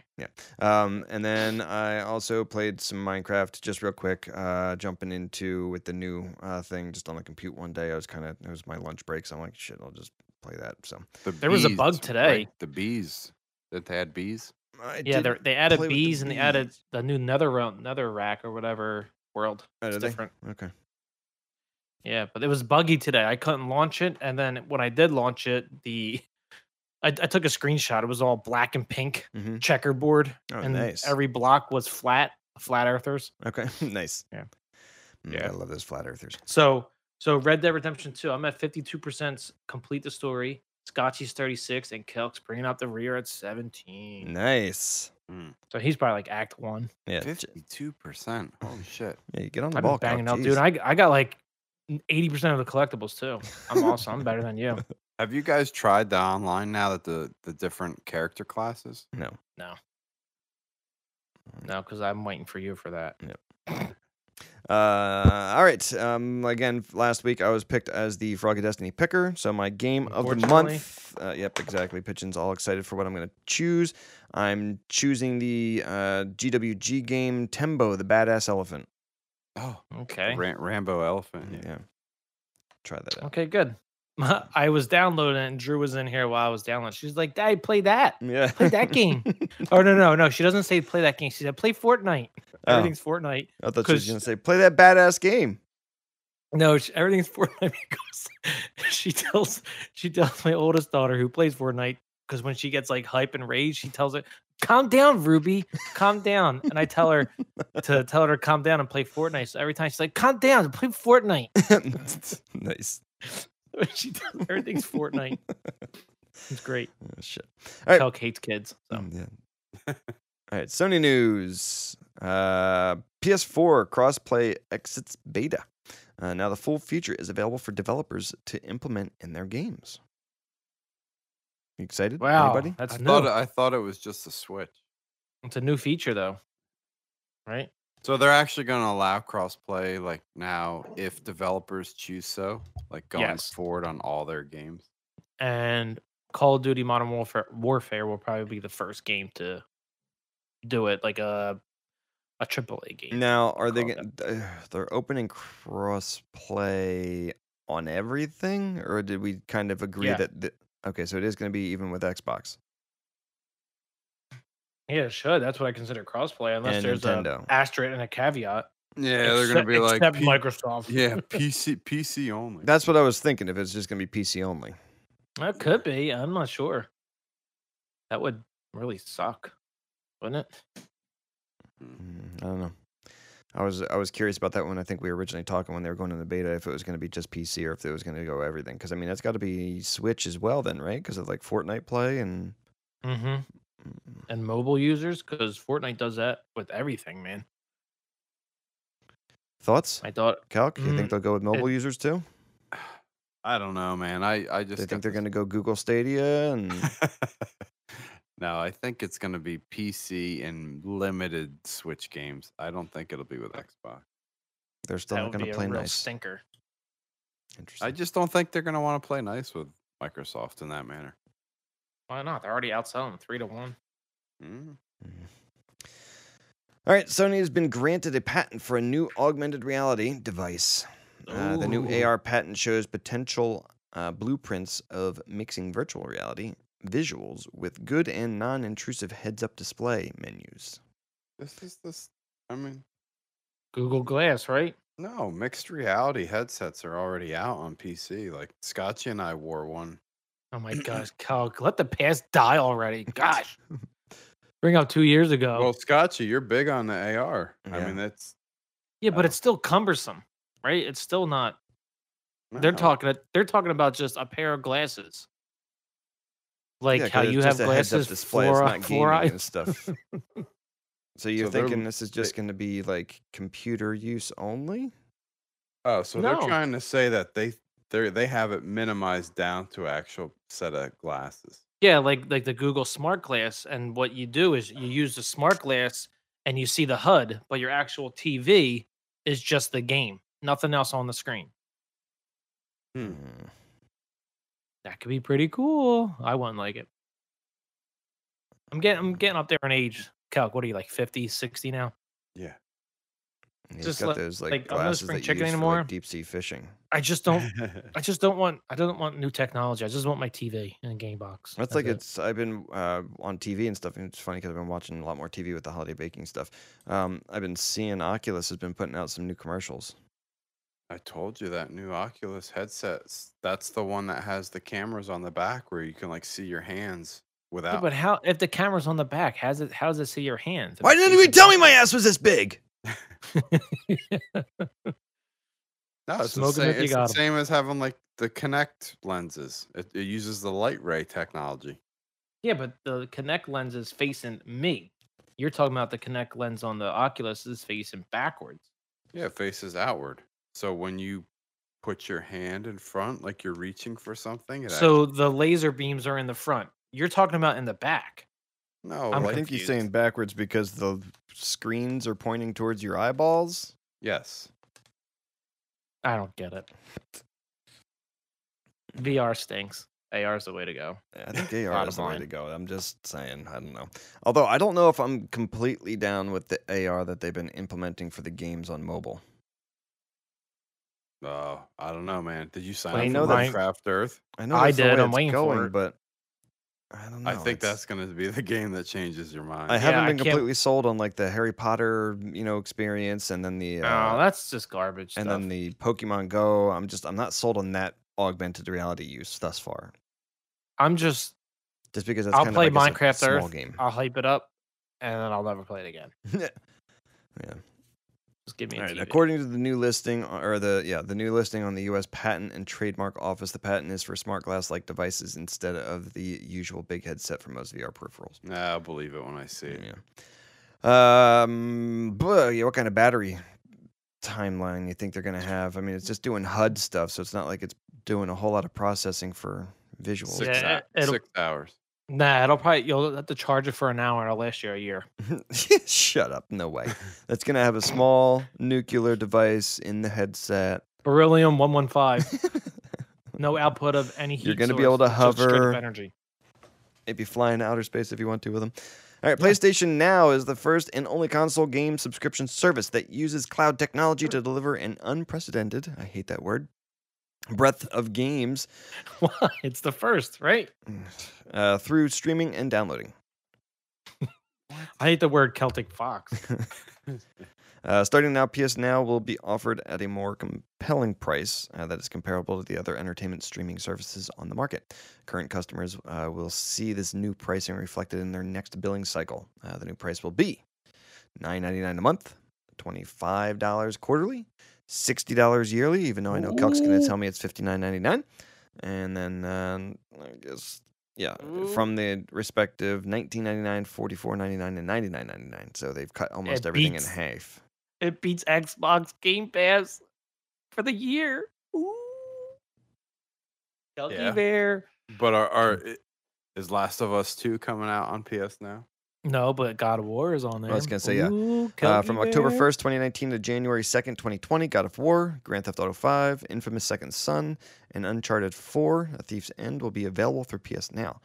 B: Um, and then I also played some Minecraft just real quick, uh, jumping into with the new uh, thing just on the compute one day. I was kind of, it was my lunch break. So I'm like, shit, I'll just play that. So
D: The
A: There was a bug
D: bees,
A: today.
D: The bees. That they had bees.
B: I
A: yeah, they
B: didn't
A: they added
B: play with the
A: bees and they added
B: bees.
A: the new Nether realm, Nether rack or whatever world.
B: Oh,
A: It's
B: did they?
A: different.
B: Okay.
A: Yeah, but it was buggy today. I couldn't launch it, and then when I did launch it, the I, I took a screenshot. It was all black and pink
B: hmm
A: checkerboard,
B: Oh,
A: and
B: nice.
A: every block was flat, flat earthers.
B: Okay. nice.
A: Yeah.
B: Mm,
A: Yeah.
B: I love those flat earthers.
A: So so Red Dead Redemption 2, I'm at 52% complete the story. Scotchy's 36 and Kelk's bringing up the rear at 17.
B: Nice.
A: So he's probably like act 1.
B: Yeah. j-
D: Fifty-two percent. Holy shit.
B: Yeah, you get on the
A: I've
B: ball.
A: been
B: Cub,
A: banging out
B: jeez.
A: dude. I I got like 80% of the collectibles too. I'm awesome. I'm better than you.
D: Have you guys tried the online now that the the different character classes?
B: No.
A: No, cuz I'm waiting for you for that.
B: Uh, all right. Um, again, f- last week I was picked as the Frog of Destiny picker. So my game of the
A: Unfortunately.
B: month. Uh, yep, exactly. Pigeon's all excited for what I'm going to choose. I'm choosing the uh, GWG game Tembo, the Badass Elephant.
D: Oh,
A: Okay.
D: Ram- Rambo elephant. yeah.
B: Yeah. Try that out.
A: Okay, good. I was downloading it and Drew was in here while I was downloading. She's like, "Dad, play that."
B: Yeah.
A: Play that game. Oh no, no, no. She doesn't say play that game. She said play Fortnite.
B: Oh,
A: Everything's Fortnite.
B: I thought she was
A: 'cause-
B: going to say, play that badass game.
A: No, sh everything's Fortnite because she tells she tells my oldest daughter who plays Fortnite because when she gets like hype and rage, she tells her, "Calm down, Ruby, calm down." And I tell her to tell her to calm down and play Fortnite. So every time she's like, "Calm down, play Fortnite."
B: nice.
A: she tells, everything's Fortnite. It's great.
B: Oh, shit. All right.
A: Kelk hates kids. So
B: Mm, yeah. All right, Sony news. Uh, PS4 crossplay exits beta. Uh, now the full feature is available for developers to implement in their games. You excited?
A: wow,
B: Anybody?
A: that's
D: I
A: new.
D: thought I thought it was just a switch.
A: it's a new feature though, right?
D: So they're actually going to allow crossplay like now if developers choose so, like going
A: Yes.
D: forward on all their games.
A: and Call of Duty Modern Warfare Warfare will probably be the first game to do it, like a a triple A game.
B: Now, are they
A: Call
B: gonna, th- they're opening crossplay on everything, or did we kind of agree
A: Yeah.
B: that? The, okay, so it is going to be even with Xbox.
A: Yeah, it should. That's what I consider crossplay, unless
B: And
A: there's
B: Nintendo.
A: an asterisk and a caveat.
D: Yeah, they're going to
A: except-
D: be like
A: except
D: P-
A: Microsoft.
D: Yeah, PC PC only.
B: That's what I was thinking. If it's just going to be PC only.
A: that could be. I'm not sure. That would really suck, wouldn't it?
B: Mm, I don't know. I was I was curious about that when I think we were originally talking when they were going in the beta if it was going to be just PC or if it was going to go everything because I mean that's got to be Switch as well then right because of like Fortnite play and
A: Mm-hmm.
B: Mm,
A: And mobile users, because Fortnite does that with everything, man.
B: thoughts
A: I thought
B: Calc you think
A: Mm,
B: they'll go with mobile users too
D: I don't know, man. I I just
B: they think
D: got
B: they're
D: this-
B: going to go Google Stadia and
D: no, I think it's going to be PC and limited Switch games. I don't think it'll be with Xbox.
B: they're still
A: that
B: not
A: would
B: going
A: be
B: to
A: a
B: play
A: real
B: nice
A: stinker.
B: interesting
D: I just don't think they're going to want to play nice with Microsoft in that manner.
A: Why not? They're already outselling them three to one.
D: Mm.
B: Mhm. All right, Sony has been granted a patent for a new augmented reality device. Uh, the new
A: Ooh.
B: AR patent shows potential uh, blueprints of mixing virtual reality visuals with good and non intrusive heads up display menus.
D: This is this. I mean,
A: Google Glass, right?
D: No, mixed reality headsets are already out on PC. Like Scotchy and I wore one.
A: Oh my gosh, Calc, let the past die already. Gosh. Bring up two years
D: Oh.
A: ago.
D: Well, Scotchy, you're big on the AR. I
B: Yeah.
D: mean, that's
A: yeah, but
B: uh,
D: oh.
A: it's still cumbersome. right? It's still not. They're
D: No.
A: talking. They're talking about just a pair of glasses. Like
B: Yeah, 'cause
A: how
B: it's
A: you have
B: just a heads-up
A: glasses,
B: display, it's
A: fluoride,
B: not gaming
A: fluoride.
B: and stuff. so you're
D: So they're-
B: thinking this is just
D: they-
B: going to be like computer use only?
D: Oh, so
A: No.
D: they're trying to say that they they they have it minimized down to actual set of glasses.
A: Yeah, like like the Google Smart Glass, and what you do is you use the Smart Glass and you see the HUD, but your actual TV is just the game, nothing else on the screen.
D: Hmm.
B: Mm.
A: That could be pretty cool. I wouldn't like it. I'm getting I'm getting up there in age. Calc, what are you like 50, 60 now?
B: And He's
A: Just
B: got
A: like-
B: those like,
A: like, I'm no
B: glasses
A: spring
B: that you
A: chicken
B: use for
A: anymore.
B: like, deep sea fishing.
A: I just don't I just don't want I don't want new technology. I just want my TV and a game box.
B: That's like
A: it.
B: it's. I've been uh, on TV and stuff. And it's funny because I've been watching a lot more TV with the holiday baking stuff. Um, I've been seeing Oculus has been putting out some new commercials.
D: I told you that new Oculus headsets. That's the one that has the cameras on the back where you can like see your hands
A: Yeah,
D: without.
B: uh
A: but how if the camera's on the back, how's it how does it see your hands? If
B: Why
A: it
B: didn't
A: sees
B: you
A: the
B: tell me my
A: back-
B: ass was this big?
D: no, it's, the
A: smoking
D: same,
A: if you
D: it's the
A: got 'em.
D: same as having like the Connect lenses. It, it uses the light ray technology.
A: Yeah, but the Kinect lens is facing me. You're talking about the Kinect lens on the Oculus is facing backwards.
D: Yeah, it faces outward. So when you put your hand in front, like you're reaching for something, it
A: So the laser beams are in the front. You're talking about in the back.
D: actually, no,
A: I'm
B: I
D: like,
B: think he's
A: confused.
B: saying backwards because the screens are pointing towards your eyeballs.
D: yes.
A: I don't get it. VR stinks. AR's the way to go.
B: I think AR
A: Bottom
B: is the way
A: line.
B: to go. I'm just saying. I don't know. Although I don't know if I'm completely down with the AR that they've been implementing for the games on mobile.
D: Oh, I don't know, man. Did you sign
A: Well,
D: up
A: you
D: for
A: know
D: that
A: that-
D: Craft Earth?
B: I know.
A: I
B: that's the
A: did,
B: way
A: I'm
B: it's
A: waiting for
B: going,
A: it.
B: But I don't know.
D: I think
B: it's-
D: that's going to be the game that changes your mind.
B: I haven't
A: I
B: been
A: can't-
B: completely sold on like the Harry Potter, you know, experience, and then the
A: oh,
B: uh,
A: that's just garbage.
B: and
A: stuff.
B: then the Pokemon Go. I'm just I'm not sold on that augmented reality use thus far.
A: I'm just
B: Just because that's
A: I'll
B: kind
A: play
B: of, I guess, a
A: Minecraft
B: small
A: Earth.
B: game.
A: I'll hype it up and then I'll never play it again. Just give me a
B: All right,
A: TV.
B: according to the new listing uh, or the yeah the new listing on the U.S. Patent and Trademark Office, the patent is for smart glass-like devices instead of the usual big headset for most VR peripherals.
D: Nah, I'll believe it when I see it.
B: Yeah. Um, but yeah, what kind of battery timeline you think they're gonna have? I mean, it's just doing HUD stuff, so it's not like it's doing a whole lot of processing for visuals.
D: Six,
A: Yeah,
D: hou-
A: it'll-
D: six hours.
A: Nah, it'll probably you'll have to charge it for an hour and it'll last you a year.
B: Shut up, no way. That's gonna have a small nuclear device in the headset.
A: Beryllium one one five. No output of any heat.
B: You're gonna be able
A: source,
B: to
A: just straight up
B: hover.
A: energy.
B: Maybe fly into outer space if you want to with them. All right, PlayStation Now is the first and only console game subscription service that uses cloud technology to deliver an unprecedented, I hate that word, breadth of games
A: Why? It's the first, right?
B: uh, through streaming and downloading.
A: I hate the word Celtic fox.
B: Uh, starting now, PS Now will be offered at a more compelling price uh, that is comparable to the other entertainment streaming services on the market. Current customers uh, will see this new pricing reflected in their next billing cycle. Uh, the new price will be $9.99 a month, $25 quarterly, $60 yearly, even though I know Kelk's going to tell me it's $59.99. And then um, I guess, yeah, from the respective $19.99, $44.99, and $99.99. So they've cut almost
A: It
B: everything
A: beats-
B: in half.
A: It beats Xbox Game Pass for the year. Ooh. Kelty
D: Yeah.
A: Bear.
D: But are, are i- is Last of Us 2 coming out on PS now?
A: No, but God of War is on there.
B: I was gonna say, yeah.
A: Ooh,
B: Uh, from
A: Kelty
B: October
A: Bear.
B: 1st, 2019 to January 2nd, 2020, God of War, Grand Theft Auto 5, Infamous Second Son, and Uncharted 4, A Thief's End will be available through PS Now.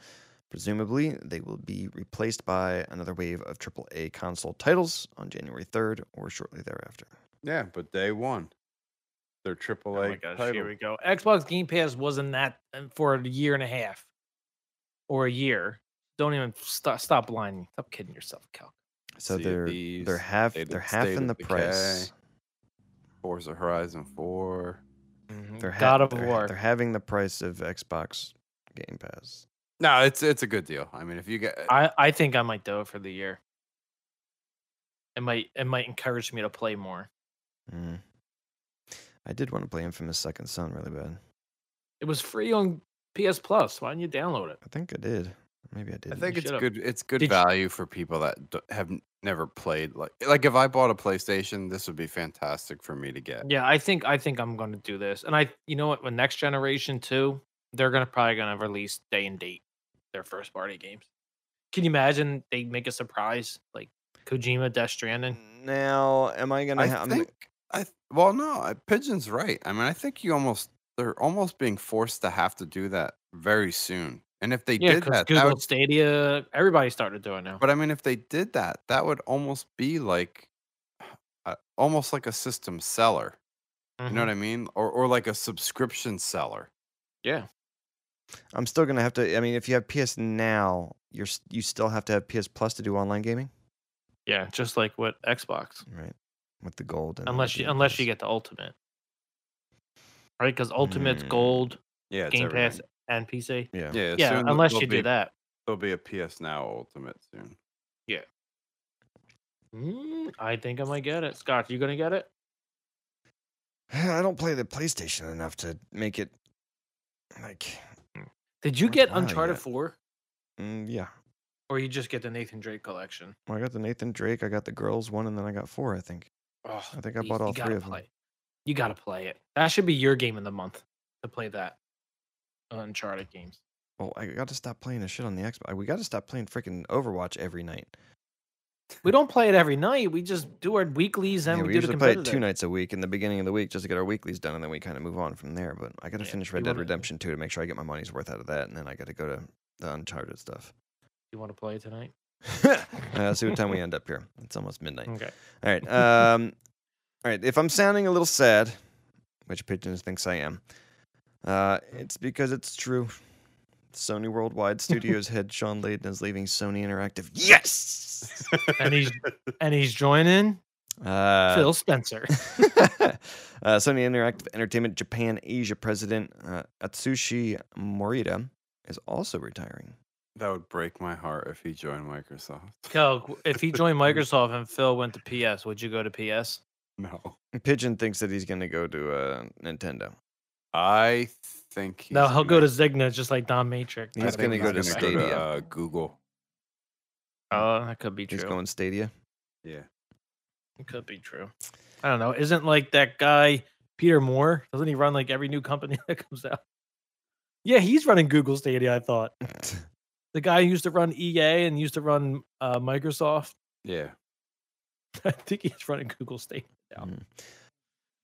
B: Presumably, they will be replaced by another wave of AAA console titles on January 3rd or shortly thereafter.
D: Yeah, but day one. They're
A: Oh my
D: AAA
A: gosh, here we
D: title.
A: go. Xbox Game Pass wasn't that um, for a year and a half or a year. Don't even stop stop lying. Stop kidding yourself, Cal.
B: So
D: Sea of
B: they're
D: Thieves,
B: they're half
D: State of-
B: they're half
D: State
B: in
D: of
B: the price.
D: Decay, Forza Horizon 4.
B: Mm-hmm, They're ha-
A: God of
B: they're ha-
A: War.
B: They're having the price of Xbox Game Pass.
D: No, it's it's a good deal. I mean, if you get
A: I, I think I might do it for the year. It might it might encourage me to play more.
B: Mm. I did want to play Infamous Second Son really bad.
A: It was free on PS Plus. Why didn't you download it?
B: I think I did. Maybe I did.
D: I think it's
A: should've-
D: good. It's good
A: Did you-
D: value for people that d- have n- never played. Like, like if I bought a PlayStation, this would be fantastic for me to get.
A: Yeah, I think I think I'm gonna do this. And I you know what, when next generation two, they're gonna probably gonna release day and date their first party games. Can you imagine they make a surprise like Kojima Death Stranding?
B: Now, am I gonna?
D: I
B: ha- I'm-
D: think. I th- well, no, I, Pigeon's right. I mean, I think you almost they're almost being forced to have to do that very soon. And if they
A: Yeah,
D: did
A: because
D: that,
A: Google
D: that would,
A: Stadia, everybody started doing now.
D: but I mean, if they did that, that would almost be like, uh, almost like a system seller.
A: Mm-hmm.
D: You know what I mean? Or or like a subscription seller.
A: Yeah.
B: I'm still gonna have to. I mean, if you have PS Now, you're s- you still have to have PS Plus to do online gaming,
A: Yeah, just like with Xbox.
B: right? With the gold. and all the
A: Unless you
B: game
A: unless you
B: pass.
A: get the ultimate. Right? Because Ultimate's
B: Mm.
A: gold,
D: Yeah,
A: Game Pass and PC.
B: yeah.
D: Yeah,
A: Yeah,
D: soon there-
A: unless
D: there'll
A: you
D: be-
A: do that.
D: There'll be a PS Now Ultimate soon.
A: Mm, I think I might get it. Scott, you gonna get it?
B: I don't play the PlayStation enough to make it like
A: Did you
B: Not
A: get
B: wild
A: Uncharted
B: yet.
A: 4
B: mm, yeah.
A: or you just get the Nathan Drake collection?
B: Well, I got the Nathan Drake, I got the girls one, and then I got four. I think.
A: Oh,
B: I think I bought all three of them.
A: You got to play it. That should be your game of the month to play that uh, Uncharted games.
B: Well, I got to stop playing the shit on the Xbox. We got to stop playing freaking Overwatch every night.
A: We don't play it every night. We just do our weeklies and
B: yeah,
A: we,
B: we,
A: do the
B: usually play it
A: competitive.
B: two nights a week in the beginning of the week just to get our weeklies done, and then we kind of move on from there. But I got to
A: Yeah,
B: finish
A: you
B: Red Dead
A: wanna-
B: Redemption 2 to make sure I get my money's worth out of that, and then I got to go to the Uncharted stuff.
A: You want to play it tonight?
B: uh, let's see what time we end up here. It's almost midnight.
A: Okay.
B: All right. Um, all right. If I'm sounding a little sad, which Pigeons thinks I am, uh, it's because it's true. Sony Worldwide Studios head Sean Layden is leaving Sony Interactive. Yes.
A: And he's and he's joining
B: Uh,
A: Phil Spencer.
B: uh, Sony Interactive Entertainment Japan Asia president uh, Atsushi Morita is also retiring.
D: That would break my heart if he joined Microsoft.
A: Yo, if he joined Microsoft and Phil went to PS, would you go to PS?
D: no,
B: Pigeon thinks that he's going to go to uh, Nintendo.
D: I think he's
A: no, he'll
D: gonna-
A: go to Zigna just like Don Matrix.
D: I
B: He's
D: think
B: gonna go to
D: he's gonna
B: Stadia.
D: uh, Google.
A: Oh, that could be true.
B: He's going Stadia.
D: Yeah.
A: It could be true. I don't know. Isn't like that guy Peter Moore? Doesn't he run like every new company that comes out? Yeah, he's running Google Stadia. I thought the guy who used to run EA and used to run uh, Microsoft.
D: Yeah.
A: I think he's running Google Stadia. Yeah.
B: Mm.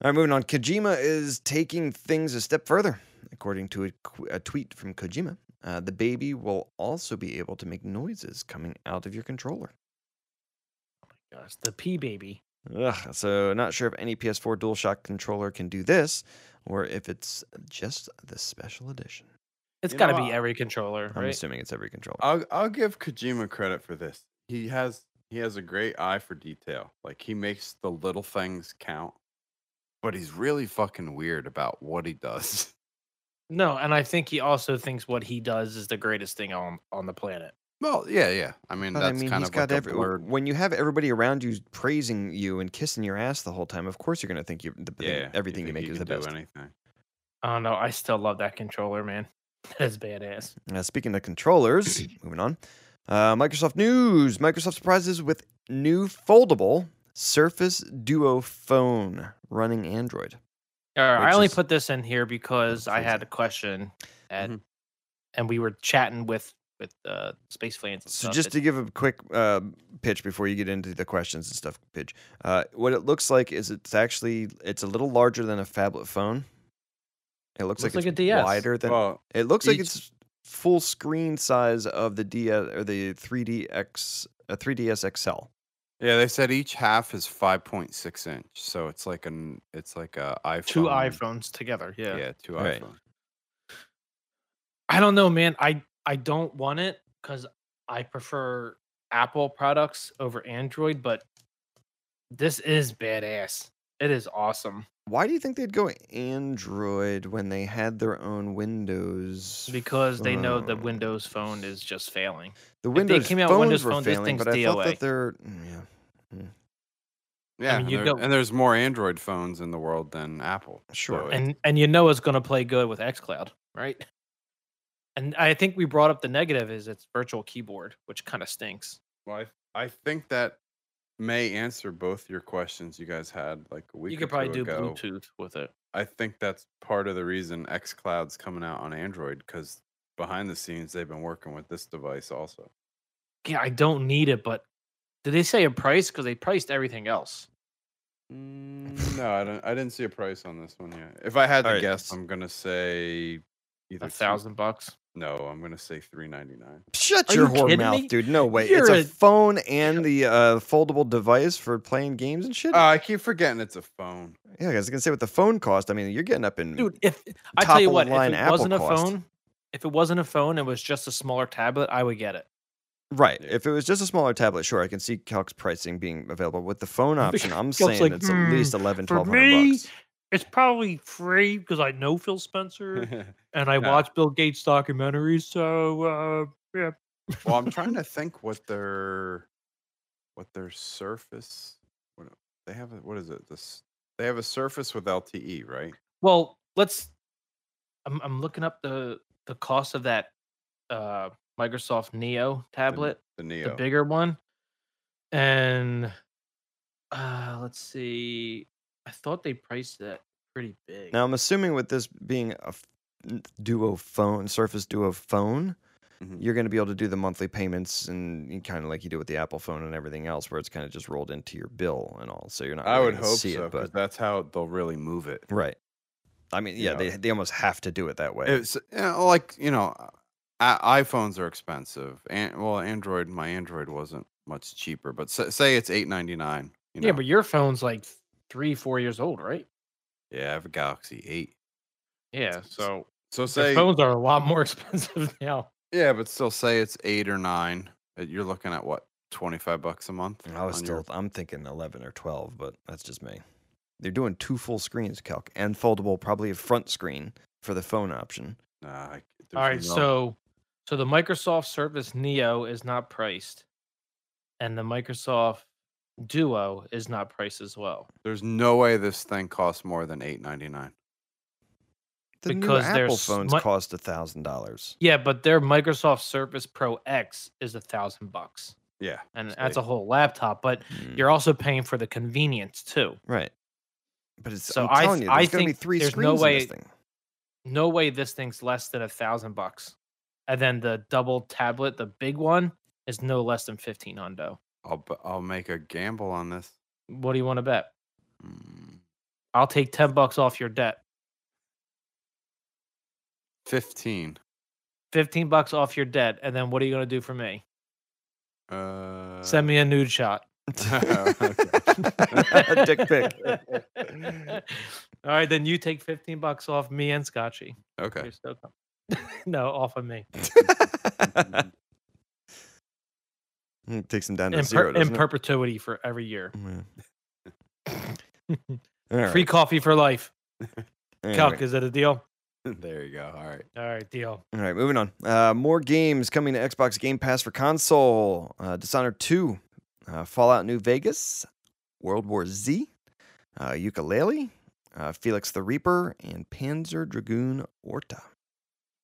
B: All right, moving on. Kojima is taking things a step further. According to a, qu- a tweet from Kojima, uh, the baby will also be able to make noises coming out of your controller.
A: Gosh, the P baby.
B: Ugh, so, not sure if any PS4 DualShock controller can do this or if it's just the special edition.
A: It's
D: You
A: got to
D: know,
A: be
D: I-
A: every controller,
B: I'm
A: right?
B: assuming it's every controller.
D: I'll I'll give Kojima credit for this. He has he has a great eye for detail. Like he makes the little things count. But he's really fucking weird about what he does.
A: No, and I think he also thinks what he does is the greatest thing on on the planet.
D: Well, yeah, yeah. I mean,
B: But
D: that's
B: I mean,
D: kind
B: he's
D: of like
B: got
D: a
B: every,
D: blurred-
B: when you have everybody around you praising you and kissing your ass the whole time. Of course, you're going to think you the, the thing-
D: yeah,
B: everything you,
D: think
B: make
D: he
B: is the
D: can do
B: best.
D: Anything.
A: Oh no, I still love that controller, man. That's badass.
B: Uh, speaking of controllers, moving on. Uh, Microsoft News. Microsoft surprises with new foldable Surface Duo phone running Android.
A: All right, I
B: which
A: only
B: is-
A: put this in here because I had a question,
B: Mm-hmm.
A: and and we were chatting with with uh, space fans. And
B: So,
A: stuff.
B: just to
A: It's-
B: give a quick uh, pitch before you get into the questions and stuff, pitch. Uh, what it looks like is it's actually it's a little larger than a phablet phone. It looks,
A: Looks
B: like,
A: like a
B: it's
A: DS.
B: wider than
D: Well,
B: It looks like
D: Each-
B: it's full screen size of the DS or the 3DX uh, 3DS XL.
D: yeah, they said each half is 5.6 inch, so it's like an it's like a iPhone.
A: two iPhones together. Yeah.
D: Yeah, two
B: Right.
D: iPhone.
A: I don't know, man. I I don't want it because I prefer Apple products over Android, but this is badass. It is awesome
B: Why do you think they'd go Android when they had their own Windows?
A: because they know the
B: phone?
A: Windows Phone is just failing.
B: The
A: they
B: Windows
A: came out with
B: phones
A: Windows
B: were
A: Phone, this
B: failing,
A: thing's
B: but I thought
A: DOA.
B: that they're mm, yeah.
D: Yeah,
A: mean,
D: and,
A: you
D: there-
A: don't-
D: and there's more Android phones in the world than Apple.
B: Sure.
D: so it-
A: and and you know it's going to play good with xcloud right and i think we brought up the negative is it's virtual keyboard which kind of stinks
D: well, I, I think that may answer both your questions you guys had like a week.
A: you could
D: or
A: probably
D: two
A: do
D: ago.
A: bluetooth with it
D: I think that's part of the reason xCloud's coming out on Android because behind the scenes they've been working with this device also.
A: yeah i don't need it but did they say a price because they priced everything else Mm,
D: no, I don't. I didn't see a price on this one yet. If I had to
B: Alright.
D: guess, I'm gonna say either
A: a
D: two-
A: thousand bucks
D: No, I'm gonna say three ninety nine.
B: Shut
A: Are
B: your
A: you
B: whore
A: kidding
B: mouth,
A: me?
B: dude. No way. it's
A: You're
B: a,
A: a-
B: phone and the uh, foldable device for playing games and shit.
D: Oh,
A: Uh,
D: I keep forgetting it's a phone.
B: yeah, I was gonna say what the phone cost. I mean, you're getting up in
A: dude if i tell you
B: Mm. Top
A: what if
B: line
A: it
B: Apple
A: wasn't a
B: cost.
A: phone if it wasn't a phone and was just a smaller tablet i would get it
B: right.
D: Yeah.
B: If it was just a smaller tablet, sure, I can see Calc's pricing being available with the phone option. I'm
A: Calc's
B: saying
A: like,
B: it's at least
A: "Hmm,
B: 11,
A: for
B: 1200
A: me,
B: bucks.
A: it's probably free because i know phil spencer and i
D: Nah.
A: watch bill gates documentaries so uh, yeah
D: well, I'm trying to think what their what their surface what they have a, what is it? This they have a surface with LTE, right?
A: Well, let's. I'm, I'm looking up the the cost of that uh, Microsoft Neo
D: The n-
A: tablet,
D: the
A: the,
D: Neo.
A: bigger one, and uh, let's see. I thought they priced that pretty big.
B: Now I'm assuming with this being a f- n- duo phone, Surface Duo phone,
A: Mm-hmm.
D: Mhm.
B: you're going to be able to do the monthly payments and kind of like you do with the Apple phone and everything else, where it's kind of just rolled into your bill and all. So you're not.
D: I
B: really
D: would
B: gonna
D: hope
B: see
D: so
B: it,
D: because
B: but
D: that's how they'll really move it.
B: right. I mean,
D: You
B: yeah,
D: know.
B: they they almost have to do it that way.
D: It's you know, like you know, I- iPhones are expensive, and well, Android. My Android wasn't much cheaper, but sa- say it's eight ninety nine. You know?
A: Yeah, but your phone's like three, four years old, right?
D: yeah, I have a Galaxy Eight.
A: Yeah,
D: S-
A: so
D: So say
A: the phones are a lot more expensive now.
D: yeah, but still say it's eight or nine. uh, You're looking at what twenty five bucks a month.
B: I was
D: on
B: still
D: your-
B: I'm thinking 11 or 12, but that's just me. They're doing two full screens, Calc, and foldable, probably a front screen for the phone option.
D: Nah, I-
A: All right,
D: there's no-
A: so so the Microsoft Surface Neo is not priced, and the Microsoft Duo is not priced as well
D: there's no way this thing costs more than eight ninety nine.
B: The
A: Because
B: new
A: they're
B: Apple phones
A: smu-
B: cost a thousand dollars.
A: Yeah, but their Microsoft Surface Pro X is a thousand bucks,
D: Yeah,
A: and
D: so
A: that's
D: they-
A: a whole laptop. But
B: Hmm.
A: you're also paying for the convenience too.
B: Mm, Right. But it's
A: So
B: I'm
A: I-
B: telling you,
A: I
B: there's gonna be
A: think
B: three
A: there's
B: screens
A: no
B: in
A: way-
B: this thing.
A: No way this thing's less than a thousand bucks, and then the double tablet, the big one, is no less than fifteen hundo.
D: I'll b- I'll make a gamble on this.
A: What do you want to bet?
D: Mm,
A: I'll take ten bucks off your debt.
D: Fifteen.
A: Fifteen bucks off your debt, and then what are you gonna do for me?
D: Uh,
A: Send me a nude shot.
D: Okay.
B: Dick pic.
A: All right, then you take fifteen bucks off me and Scotchy.
D: Okay.
A: You're still com- no, off of me.
B: It takes them down to
A: In, per-
B: zero.
A: in
B: doesn't it? Mm,
A: perpetuity for every year.
B: Yeah. All
A: Free
B: right,
A: coffee for life.
B: anyway.
A: Calc, is that a deal?
D: there you go. All right.
A: All right, deal.
B: All right, moving on. Uh, more games coming to Xbox Game Pass for console. Uh, Dishonored 2, uh, Fallout New Vegas, World War Z, uh, Ukulele, uh, Felix the Reaper, and Panzer Dragoon Orta.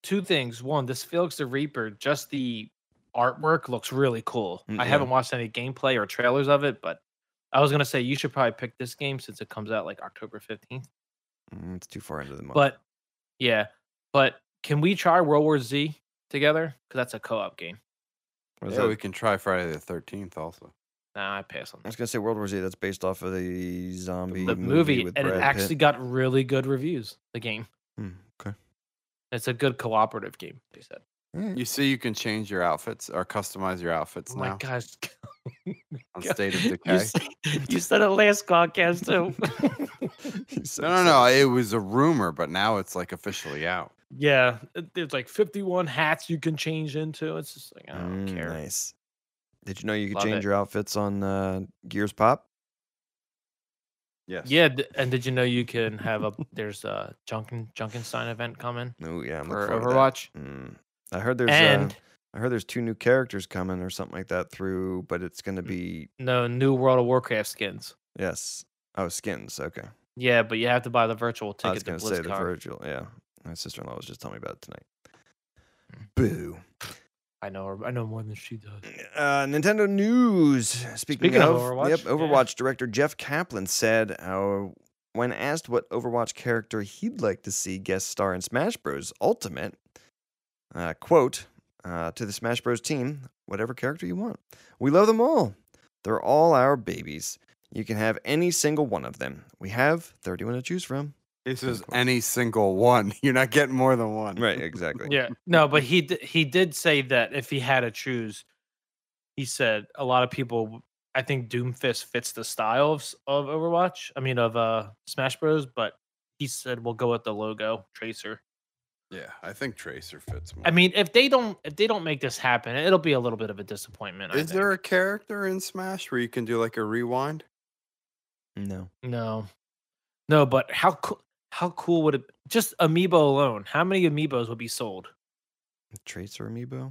A: Two things. One, this Felix the Reaper, just the artwork looks really cool.
B: Mm,
A: I
B: yeah.
A: haven't watched any gameplay or trailers of it, but I was gonna say you should probably pick this game since it comes out like October fifteenth.
B: Mm, it's too far into the month.
A: But yeah, but can we try World War Z together? Because that's a co-op game.
B: What is
D: yeah,
A: uh,
B: that?
D: we can try Friday the Thirteenth also.
A: Nah, I pass on
B: I
A: that.
B: was going to say World War Z, that's based off of the zombie
A: The movie,
B: with
A: and it
B: Brad
A: actually
B: Pitt.
A: got really good reviews. The game.
B: Hmm, okay.
A: It's a good cooperative game. They said.
B: Alright.
D: You see, you can change your outfits or customize your outfits
A: Oh
D: now
A: my gosh.
D: on
A: God.
D: State of
A: You
D: Decay.
A: s- You, said it last podcast too.
B: He's so
D: no, no, no.
B: excited.
D: It was a rumor, but now it's like officially out.
A: yeah, it- there's like 51 hats you can change into. It's just like I don't
B: Mm,
A: care.
B: Nice. Did you know you could
A: Love
B: change
A: it.
B: your outfits on uh, Gears Pop?
D: Yes.
A: Yeah, d- and did you know you can have a there's a Junken Junkenstein event coming
B: Oh yeah, I'm
A: for
B: looking forward to that.
A: Overwatch?
B: Mm. I heard there's uh,
A: And
B: I heard there's two new
A: Mm.
B: characters coming or something like that through, but it's going to be
A: no new World of Warcraft skins.
B: Yes. Oh, skins. Okay.
A: Yeah, but you have to buy the virtual
B: I
A: ticket to
B: was going to say the
A: BlizzCon.
B: virtual. Yeah. My sister in law was just telling me about it tonight.
A: Mm.
B: Boo.
A: I know. her- I know more than she does.
B: Uh, Nintendo news. Speaking,
A: Speaking of
B: of,
A: Overwatch,
B: yep,
A: yeah.
B: Overwatch director Jeff Kaplan said, uh, when asked what Overwatch character he'd like to see guest star in Smash Bros. Ultimate, uh, quote uh, to the Smash Bros. team, whatever character you want, we love them all. They're all our babies. You can have any single one of them. We have 31 to choose from.
D: This is
B: Unquote.
D: any single one. You're not getting more than one.
B: Right, e exactly.
A: Yeah, no, but he d- he did say that if he had to choose, he said a lot of people. w- I think Doomfist fits the style of, s- of Overwatch. I mean, of uh Smash Bros. But he said we'll go with the logo Tracer.
D: Yeah, I think Tracer fits more.
A: I mean, if they don't if they don't make this happen, it'll be a little bit of a disappointment. I
D: is there a
A: think.
D: character in Smash where you can do like a rewind?
B: No.
A: no, no? But how cool how cool would it just amiibo alone? How many amiibos would be sold?
B: Tracer Amiibo?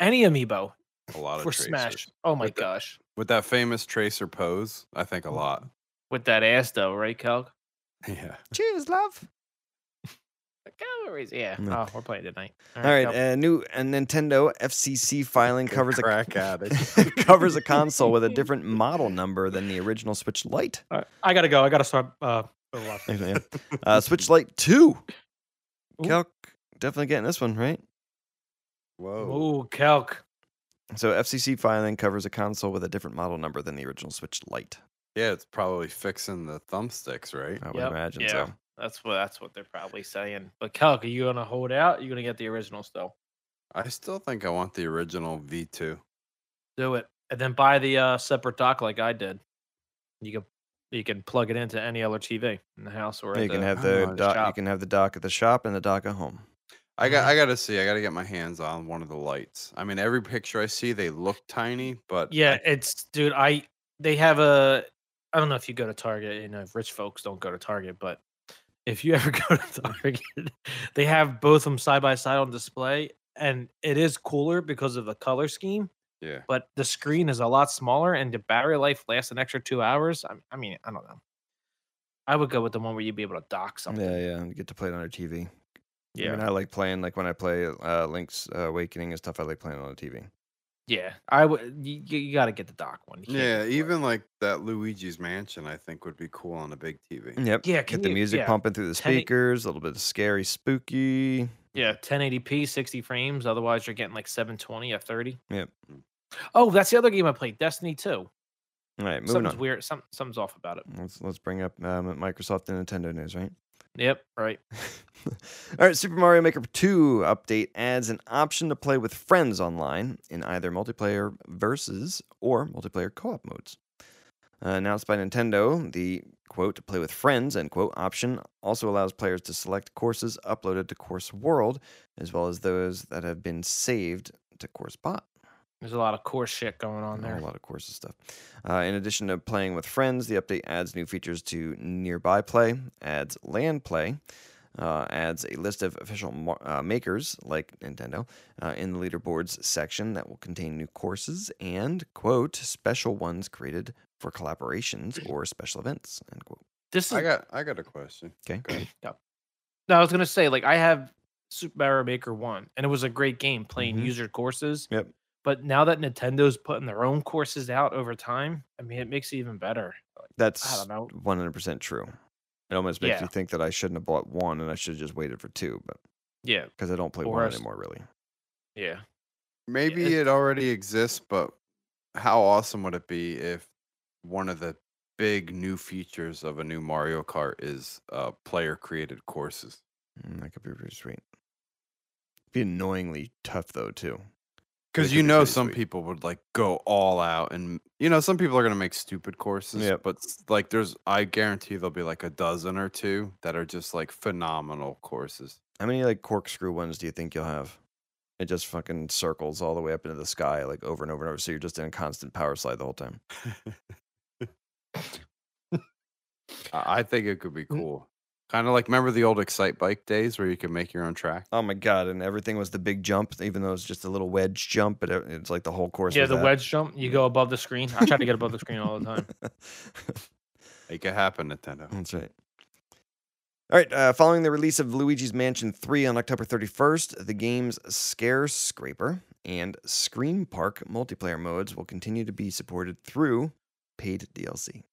A: Any amiibo
D: A lot of
A: for
D: Tracers.
A: Smash? Oh my
D: With the-
A: gosh,
D: with that famous Tracer pose. I think
A: Mm.
D: a lot.
A: with that ass though, right, Calc?
D: Yeah.
B: Cheers, love.
A: The calories, yeah.
B: No.
A: Oh, we're playing tonight.
B: Mm. All right,
A: nope.
B: uh, new uh, Nintendo FCC filing
D: Good
B: covers
D: crack
B: a
D: at it.
B: covers a console with a different model number than the original Switch Lite.
A: All right, I gotta go. I gotta start. Uh, Overwatch.
B: Actually, yeah. Uh, Switch Lite Two.
A: Ooh.
B: Calc definitely getting this one right. Oh.
D: Whoa.
A: Ooh, calc.
B: So FCC filing covers a console with a different model number than the original Switch Lite.
D: Yeah, it's probably fixing the thumbsticks, right?
B: I would
A: Yep,
B: imagine
A: yeah.
B: so.
A: That's what that's what they're probably saying. But calc, are you gonna hold out? You're gonna get the original still.
D: I still think I want the original V2.
A: Do it, and then buy the uh, separate dock like I did. You can you can plug it into any other TV in the house or at
B: You can
A: the-
B: have
D: I don't
B: the
D: know,
B: dock. You
A: shop.
B: can have the dock at the shop and the dock at home.
D: I
A: Mm-hmm.
D: got I gotta see. I gotta get my hands on one of the lights. I mean, every picture I see, they look tiny, but I-
A: Yeah, it's dude. I they have a. I don't know if you go to Target. You know, if rich folks don't go to Target, but if you ever go to Target, they have both of them side by side on display, and it is cooler because of the color scheme.
D: yeah.
A: But the screen is a lot smaller, and the battery life lasts an extra two hours. I, I mean, I don't know. I would go with the one where you'd be able to dock something.
B: Yeah, yeah. You get to play it on your TV. I
A: yeah,
B: mean, I like playing like when I play uh, Link's uh, Awakening and stuff. I like playing on the TV.
A: yeah. I would. You, you got to get the dock one. You can't get
D: Yeah,
A: the light.
D: even like that Luigi's Mansion, I think would be cool on a big TV.
B: Yep.
A: Yeah, can
B: Get the
A: you-
B: music
A: yeah.
B: pumping through the
A: Ten eight-
B: speakers, a little bit of scary, spooky.
A: Yeah, 1080p, 60 frames. Otherwise, you're getting like 720 at 30.
B: Yep.
A: Oh, that's the other game I played, Destiny 2.
B: All right, moving
A: Something's
B: on.
A: weird. Some, something's off about it.
B: Let's let's bring up um, Microsoft and Nintendo news, right?
A: Yep, right.
B: All right, Super Mario Maker 2 update adds an option to play with friends online in either multiplayer versus or multiplayer co op modes. Uh, announced by Nintendo, the quote, play with friends, end quote, option also allows players to select courses uploaded to Course World, as well as those that have been saved to Course Bot.
A: There's a lot of core shit going on
B: There are
A: there.
B: A lot of courses stuff. Uh, in addition to playing with friends, the update adds new features to nearby play, adds land play, uh, adds a list of official mar- uh, makers like Nintendo uh, in the leaderboards section that will contain new courses and quote special ones created for collaborations or special events end quote.
A: This
D: I
A: is.
D: got I got a question.
B: Okay.
A: No, I was gonna say like I have Super Mario Maker One, and it was a great game playing
B: Mhm.
A: user courses.
B: Yep.
A: But now that Nintendo's putting their own courses out over time, I mean, it makes it even better.
B: That's
A: know.
B: one hundred percent true. It almost makes
A: Yeah.
B: you think that I shouldn't have bought one and I should have just waited for two, but
A: Yeah,
B: because I don't play
A: Or
B: one
A: else-
B: anymore really.
A: yeah.
D: Maybe
A: it-
D: it already exists, but how awesome would it be if one of the big new features of a new Mario Kart is uh, player created courses?
B: Mm, that could be pretty sweet. Be annoyingly tough though too.
D: Because
B: could
D: you
B: be
D: know,
B: pretty
D: some
B: sweet.
D: people would like go all out, and you know, some people are gonna make stupid courses.
B: Yep.
D: But s- like, there's I guarantee there'll be like a dozen or two that are just like phenomenal courses.
B: How many like corkscrew ones do you think you'll have? It just fucking circles all the way up into the sky, like over and over and over. So you're just in a constant power slide the whole time.
D: I I think it could be
B: Mm.
D: cool. Kind of like remember the old Excite Bike days where you could make your own track.
B: Oh my god! And everything was the big jump, even though it's just a little wedge jump. But it- it's like the whole course.
A: Yeah,
B: was
A: the
B: that. Mm-hmm.
A: wedge jump. You go above the screen. I try to get above the screen all the time.
D: Make it happen, Nintendo.
B: That's right. All right. Uh, following the release of Luigi's Mansion 3 on October 31st, the game's Scare Scraper and Scream Park multiplayer modes will continue to be supported through paid DLC.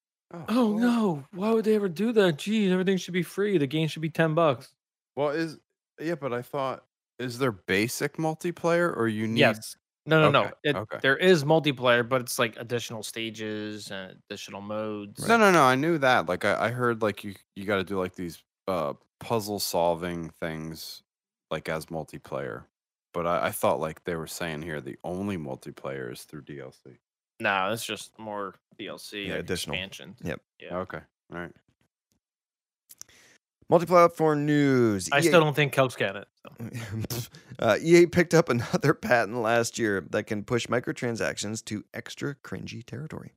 A: Oh no! Why would they ever do that? Geez, everything should be free. The game should be ten bucks.
D: Well, is yeah, but I thought is there basic multiplayer or you need?
A: Yes. No, no,
D: Okay,
A: no. It,
D: okay.
A: There is multiplayer, but it's like additional stages and additional modes.
D: No, no, no. I knew that. Like I, I heard like you you got to do like these uh puzzle solving things like as multiplayer. But I, I thought like they were saying here the only multiplayer is through DLC.
A: No, it's just more DLC.
B: Yeah,
A: like
B: additional.
A: expansions.
B: Yep.
A: Yeah.
D: Okay. All right.
B: Multi-platform news. E
A: I
B: EA
A: still don't think Kelps got it. so.
B: uh, EA picked up another patent last year that can push microtransactions to extra cringy territory.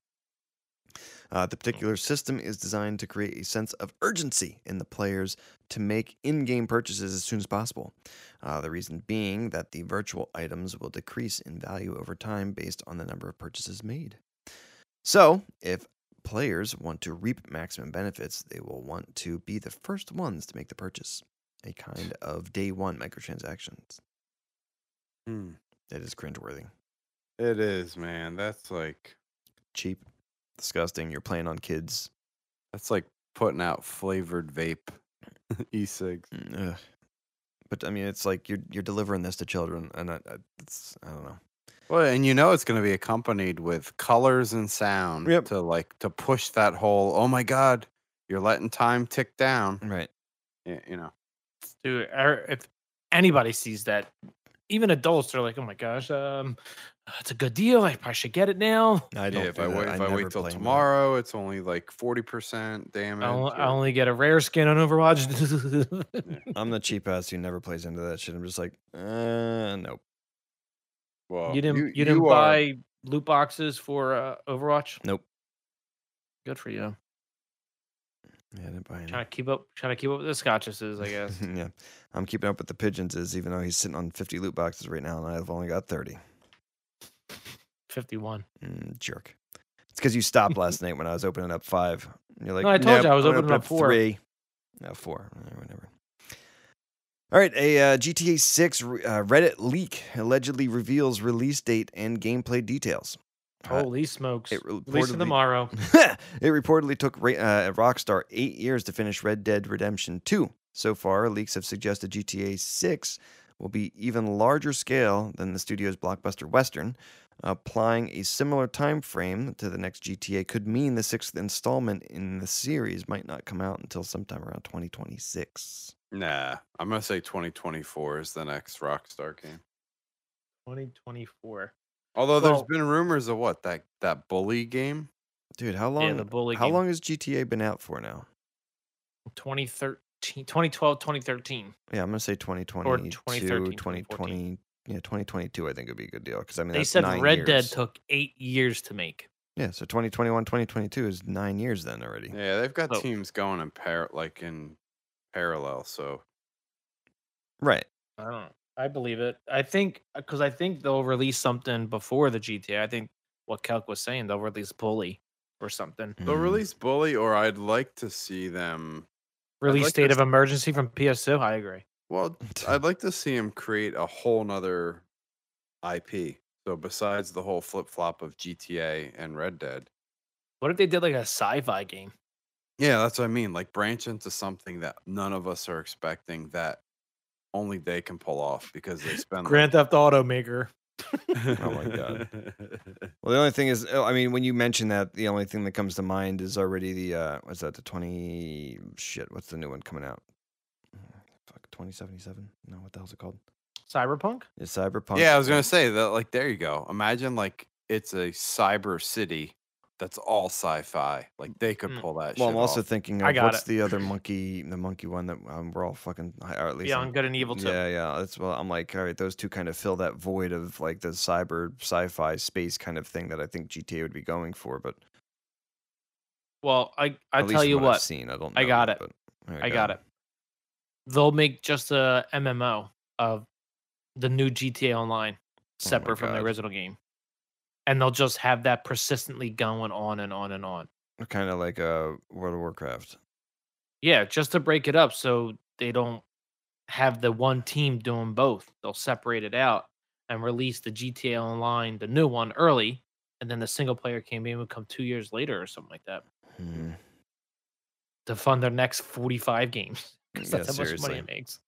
B: Uh, the particular system is designed to create a sense of urgency in the players to make in game purchases as soon as possible. Uh, the reason being that the virtual items will decrease in value over time based on the number of purchases made. So, if players want to reap maximum benefits, they will want to be the first ones to make the purchase a kind of day one microtransactions. That is cringeworthy.
D: Hmm, It is, man. That's like
B: Cheap, disgusting. You're playing on kids.
D: that's like putting out flavored vape e-cigs.
B: Mm, Ugh. But I mean, it's like you're you're delivering this to children, and I, I, it's I don't know.
D: Well, and you know it's going to be accompanied with colors and sound
B: Yep.
D: to like to push that whole oh my god, you're letting time tick down.
B: Right.
D: Y- You know.
A: Dude, er, if anybody sees that, even adults are like, "Oh my gosh, um, it's a good deal. I probably should get it now."
B: I
D: Yeah,
B: don't.
D: if
B: do
D: I
B: that.
D: wait, if I
B: never
D: wait till
B: play them.
D: tomorrow, it's only like forty percent damage.
A: I only,
D: or-
A: I only get a rare skin on Overwatch.
B: I'm the cheap ass who never plays into that shit. I'm just like, uh, nope. Oh,
D: well,
A: you didn't you, didn't
D: are-
A: buy loot boxes for uh, Overwatch?
B: Nope.
A: Good for you.
B: Yeah, I didn't buy any.
A: Trying to keep up, trying to keep up with the Scotchesses, I guess.
B: yeah, I'm keeping up with the pigeons. Is even though he's sitting on 50 loot boxes right now, and I've only got 30.
A: Fifty-one.
B: Mm, jerk. It's because you stopped last night when I was opening up five. And you're like,
A: No, I told
B: "Nope,
A: you I was
B: I'm gonna
A: opening
B: open
A: up four."
B: Three. No, four. Eh, Whatever. All right, a uh, GTA 6 re- uh, Reddit leak allegedly reveals release date and gameplay details. Uh,
A: Holy smokes!
B: it Mm.
A: Releasing
B: reportedly-
A: tomorrow.
B: it reportedly took Ra- uh, Rockstar eight years to finish Red Dead Redemption 2. So far, leaks have suggested GTA 6 will be even larger scale than the studio's blockbuster Western. Applying a similar time frame to the next GTA could mean the sixth installment in the series might not come out until sometime around 2026.
D: Nah, I'm gonna say 2024 is the next Rockstar game.
A: Twenty twenty-four. Well-
D: Although there's been rumors of what that that bully game.
B: Dude, how long?
A: Yeah, the bully.
B: how
A: game.
B: long has GTA been out for now?
A: 2013, 2012, 2013.
B: Yeah, I'm gonna say 2022,
A: 2013,
B: 2020. Yeah, 2022. I think would be a good deal because I mean
A: they
B: that's
A: said
B: nine
A: Red Dead
B: years.
A: took eight years to make.
B: Yeah, so 2021, 2022 is nine years then already.
D: Yeah, they've got
A: Oh.
D: teams going in par like in parallel. So
B: Right.
A: I don't know. I believe it. I think because I think they'll release something before the GTA. I think what Kelk was saying, they'll release Bully or something.
D: they'll
B: Mm.
D: release bully, or I'd like to see them.
A: Release
D: like to
A: state of
D: see-
A: emergency from PSO. I agree.
D: Well,
B: Mm.
D: I'd like to see him create a whole nother IP. So besides the whole flip flop of GTA and Red Dead,
A: What if they did like a sci-fi game?
D: Yeah, that's what I mean. Like branch into something that none of us are expecting that only they can pull off because they spend.
A: Grand Theft Auto maker.
B: Oh my God. Well, the only thing is, oh, I mean, when you mention that, the only thing that comes to mind is already the uh, what's that? The 20 shit. What's the new one coming out? Fuck, 2077. No, what the hell's it called?
A: Cyberpunk?
B: It's Cyberpunk.
D: yeah, I was gonna say that. Like, there you go. Imagine like it's a cyber city that's all sci-fi. Like they could
A: Mm.
D: pull that.
B: Well,
D: shit
B: I'm also
D: off.
B: thinking
A: I
B: of
A: got
B: what's
A: it.
B: the other monkey, the monkey one that um, we're all fucking, or at least I'm-
A: Beyond Good and Evil 2.
B: Yeah, yeah. That's well. I'm like, all right, those two kind of fill that void of like the cyber sci-fi space kind of thing that I think GTA would be going for. But
A: Well, I I
B: at least
A: tell
B: from
A: you
B: I've
A: what,
B: seen, uh, I don't.
A: I
B: know
A: got it.
B: but- all right,
A: I
B: go
A: got it.
B: ahead.
A: They'll make just a MMO of the new GTA Online, separate from the
B: Oh God.
A: original game, and they'll just have that persistently going on and on and on.
B: kind of like uh, World of Warcraft.
A: Yeah, just to break it up so they don't have the one team doing both. They'll separate it out and release the GTA Online, the new one, early, and then the single player campaign would come two years later or something like that
B: Hmm.
A: to fund their next forty-five games. 'Cause
B: Yeah,
A: that's how much money
B: seriously.
A: it makes.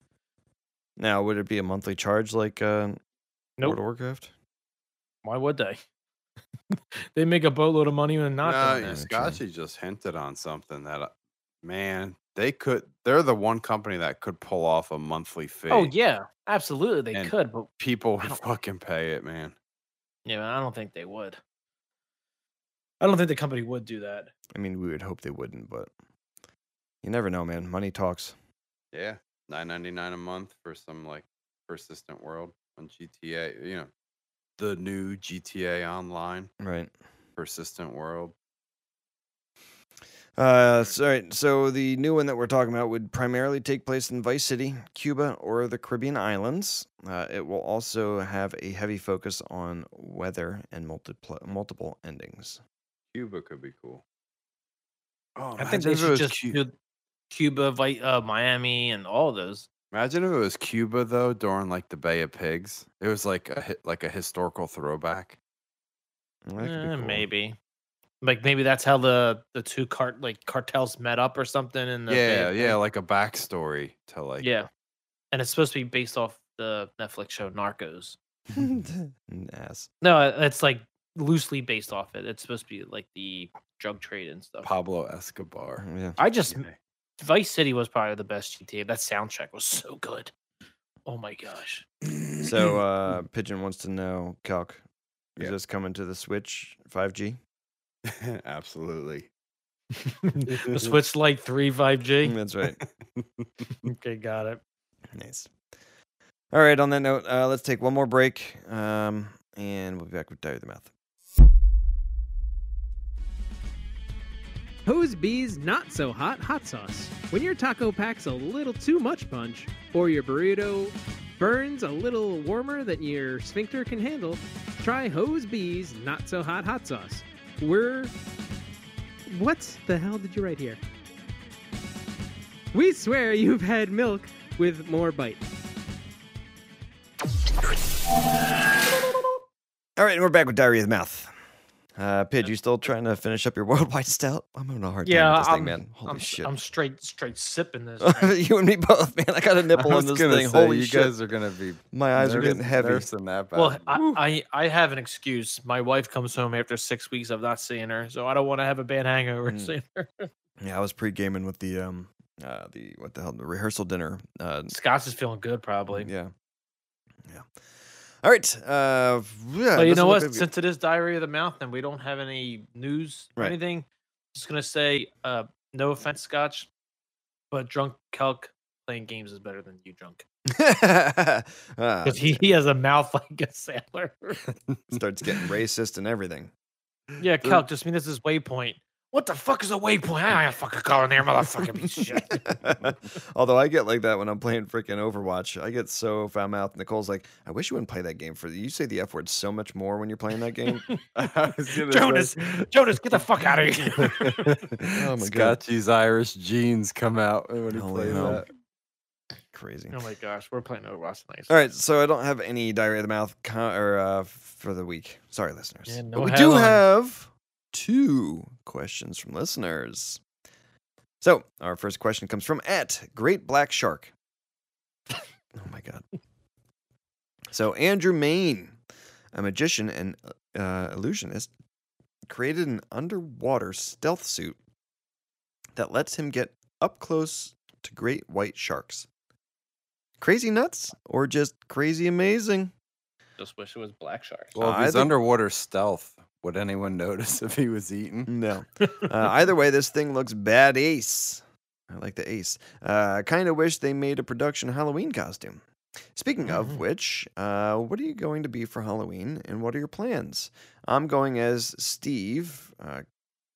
B: Now, would it be a monthly charge like uh, World
A: Nope.
B: of Warcraft?
A: Why would they? they make a boatload of money when not. doing
B: that,
D: No,
B: actually.
D: Scotchy just hinted on something that, uh, man, they could. They're the one company that could pull off a monthly fee.
A: that. Oh yeah, absolutely they
D: And-
A: could, but
D: people
A: I
D: would
A: don't-
D: fucking pay it, man.
A: yeah, I don't think they would. I don't think the company would do that.
B: I mean, we would hope they wouldn't, but you never know, man. Money talks.
D: Yeah, nine ninety nine a month for some like persistent world on GTA. You know, the new GTA Online
B: Right.
D: persistent world.
B: Uh, so, all right, so the new one that we're talking about would primarily take place in Vice City, Cuba, or the Caribbean islands. Uh, it will also have a heavy focus on weather and multiple multiple endings.
D: Cuba could be cool. Oh,
A: I think
D: imagine
A: they
D: if it
A: should
D: was
A: just
D: Cu-
A: do Cuba, Vi- uh, Miami, and all those.
D: imagine if it was Cuba though during like the Bay of Pigs. It was like a hi- like a historical throwback.
B: Well, that could be
A: Eh,
B: cool.
A: Maybe, like maybe that's how the the two cart like cartels met up or something. And
D: yeah, yeah, like a backstory to like
A: yeah. And it's supposed to be based off the Netflix show Narcos.
B: Ass.
A: No, it- it's like loosely based off it. It's supposed to be like the drug trade and stuff.
D: Pablo Escobar.
B: Yeah.
A: I just
D: Mm, Yeah.
A: Vice City was probably the best GTA. That soundtrack was so good. Oh my gosh.
B: So uh, Pigeon wants to know, Calc, is
D: Yeah.
B: this coming to the Switch 5G?
D: Absolutely.
A: the Switch Lite 3 5G.
B: Mm, That's right.
A: Okay, got it.
B: Nice. All right. On that note, uh, let's take one more break, um, and we'll be back with Diary of the Mouth.
G: Hose B's Not So Hot Hot Sauce. When your taco packs a little too much punch, or your burrito burns a little warmer than your sphincter can handle, try Hose B's Not So Hot Hot Sauce. We're. What the hell did you write here? We swear you've had milk with more bite.
B: All right, and we're back with Diary of the Mouth. Uh, Pidge, you still trying to finish up your worldwide stout? I'm having a hard time
A: Yeah,
B: with this
A: I'm,
B: thing, man. Holy
A: I'm,
B: shit!
A: I'm straight straight sipping this.
B: you and me both, man. I got a nipple on
D: I was
B: this
D: gonna
B: thing.
D: say,
B: Holy
D: you
B: shit!
D: guys are gonna be
B: My eyes are
D: nervous-
B: getting heavy.
D: nerves in that
A: Well,
D: bad.
A: I, I I have an excuse. My wife comes home after six weeks of not seeing her, so I don't want to have a bad hangover
B: Mm.
A: seeing her.
B: Yeah, I was pre-gaming with the um, uh, the what the hell, the rehearsal dinner. Uh,
A: Scott's is feeling good, probably.
B: yeah, yeah. All right. Uh, yeah,
A: But you
B: this
A: know what?
B: is we've-
A: Since it is Diary of the Mouth and we don't have any news or
B: Right.
A: anything, just gonna say, uh, no offense, Scotch, but drunk Calc playing games is better than you drunk
B: Ah,
A: because he, he has a mouth like a sailor.
B: starts getting racist and everything.
A: yeah, Calc, just mean this is waypoint. What the fuck is a waypoint? I ain't Oh, fucking going there, motherfucking piece of shit.
B: Although I get like that when I'm playing freaking Overwatch. I get so foul mouthed. Nicole's like, I wish you wouldn't play that game for you say the F word so much more when you're playing that game.
D: I was gonna
A: Jonas,
D: say-
A: Jonas, get the fuck out of here.
B: Oh my God.
D: Scotchy's Irish jeans come out when he
B: Holy
D: plays
B: hell.
D: that.
B: Crazy.
A: oh my gosh, we're playing Overwatch tonight.
B: All right, so I don't have any diary of the mouth co- or uh, for the week. Sorry, listeners.
A: Yeah,
B: But
A: no
B: we do
A: headline.
B: have two questions from listeners. So our first question comes from at Great Black Shark. oh my god. So Andrew Main, a magician and uh, illusionist, created an underwater stealth suit that lets him get up close to great white sharks. Crazy nuts or just crazy amazing?
A: Just wish it was Black Shark.
D: Well, if
B: I
D: he's
B: think-
D: underwater stealth, would anyone notice if he was eaten?
B: No. Uh, either way, this thing looks bad ace. I like the ace. Uh, I kind of wish they made a production Halloween costume. Speaking of
A: Mhm.
B: which, uh, what are you going to be for Halloween and what are your plans? I'm going as Steve. Uh,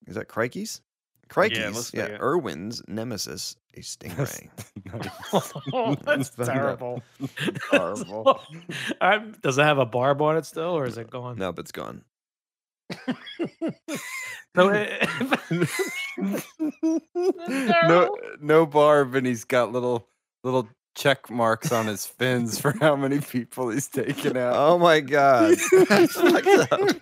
B: is that Crikey's? Crikey's, yeah,
A: looks like it.
B: Irwin's nemesis, a stingray.
A: Oh, that's
D: Thunder.
A: terrible.
D: Horrible.
A: I'm- does it have a barb on it still, or is it gone?
B: nope, it's gone.
A: so eh, if-
D: no, no barb, and he's got little little check marks on his fins for how many people he's taken out.
B: Oh my god. That's fucked up.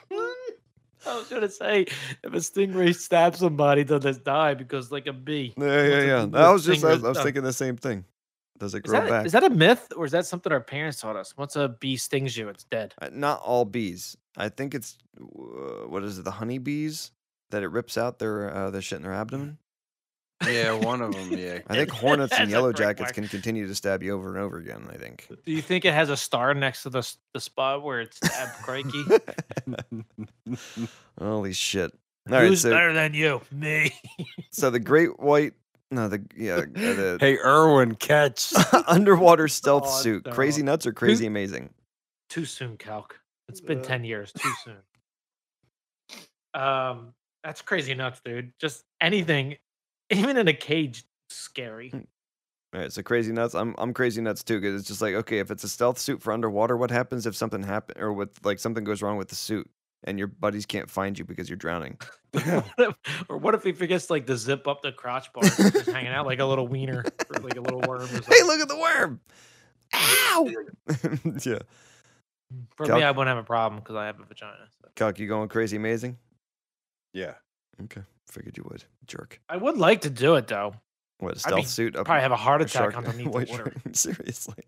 A: I was gonna say if a stingray stabs somebody, they'll just die because like a bee.
B: Yeah,
A: What's
B: yeah, yeah.
A: the-
B: I
A: the
B: was just
A: thing
B: I
A: is
B: was, I was
A: done.
B: thinking the same thing. Does it
A: Is
B: grow
A: that,
B: back?
A: is that a myth or is that something our parents taught us? Once a bee stings you, it's dead.
B: Uh, Not all bees. I think it's uh, what is it? The honey bees that it rips out their uh, their shit in their
A: Mm.
B: abdomen.
D: Yeah, one of them. Yeah,
B: I think hornets and
A: That's a
B: yellow
A: great
B: jackets
A: one.
B: can continue to stab you over and over again. I think.
A: Do you think it has a star next to the s- the spot where it's stabbed? Crikey,
B: Holy shit! All right,
A: who's
B: so,
A: better than you? Me.
B: so the great white, no, the yeah, uh, the
D: Hey, Irwin, catch.
B: underwater stealth
A: Oh,
B: suit.
A: no.
B: Crazy nuts or crazy amazing?
A: too soon, Calc. It's been ten years. Too soon. Um, that's crazy nuts, dude. Just anything, even in a cage, scary.
B: Mm, All right, so crazy nuts. I'm I'm crazy nuts too because it's just like okay, if it's a stealth suit for underwater, what happens if something happen or with like something goes wrong with the suit and your buddies can't find you because you're drowning?
A: What if- or what if he forgets like to zip up the crotch bar, and it's just hanging out like a little wiener, or like a little worm? Or something.
B: hey, look at the worm! Ow! yeah,
A: For
B: Calc-
A: me, I wouldn't have a problem because I have a vagina. so.
B: Cock, you going crazy amazing?
D: Yeah.
B: Okay, figured you would, jerk.
A: I would like to do it though.
B: What a
A: I'd
B: stealth
A: be-
B: suit? Up
A: Probably have a heart
B: a
A: attack
B: shark-
A: underneath the
B: white
A: water.
B: shark? Seriously,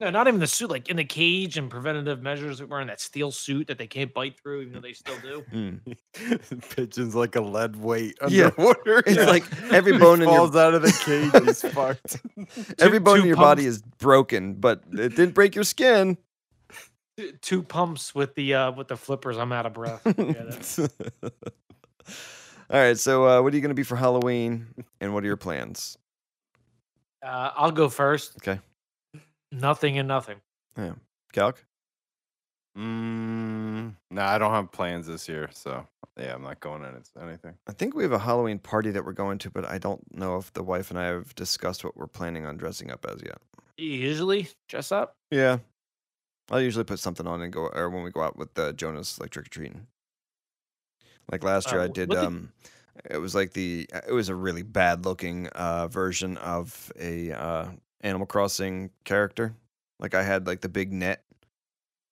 A: No, not even the suit. Like in the cage and preventative measures, wearing that steel suit that they can't bite through, even though they still do.
B: Hmm.
D: Pigeon's like a lead weight
B: Yeah.
D: underwater.
B: It's like every
D: He
B: bone in your-
D: falls out of the cage. He's fucked.
B: every
A: Two-
B: bone
A: two
B: in your body is broken, but it didn't break your skin.
A: T- Two pumps with the uh with the flippers. I'm out of breath. Yeah, that-
B: All right, so uh, what are you going to be for Halloween, and what are your plans?
A: uh, I'll go first.
B: Okay.
A: Nothing and nothing.
B: Calc,
D: Mm, no, I don't have plans this year, so yeah, I'm not going in it's anything.
B: I think we have a Halloween party that we're going to, but I don't know if the wife and I have discussed what we're planning on dressing up as yet.
A: You usually dress up.
B: Yeah, I'll usually put something on and go, or when we go out with uh, Jonas, like trick or treating. Like last year,
A: Uh,
B: I
A: wh-
B: did.
A: what did-
B: Um, it was like the uh, it was a really bad looking uh, version of a uh, Animal Crossing character. Like I had like the big net,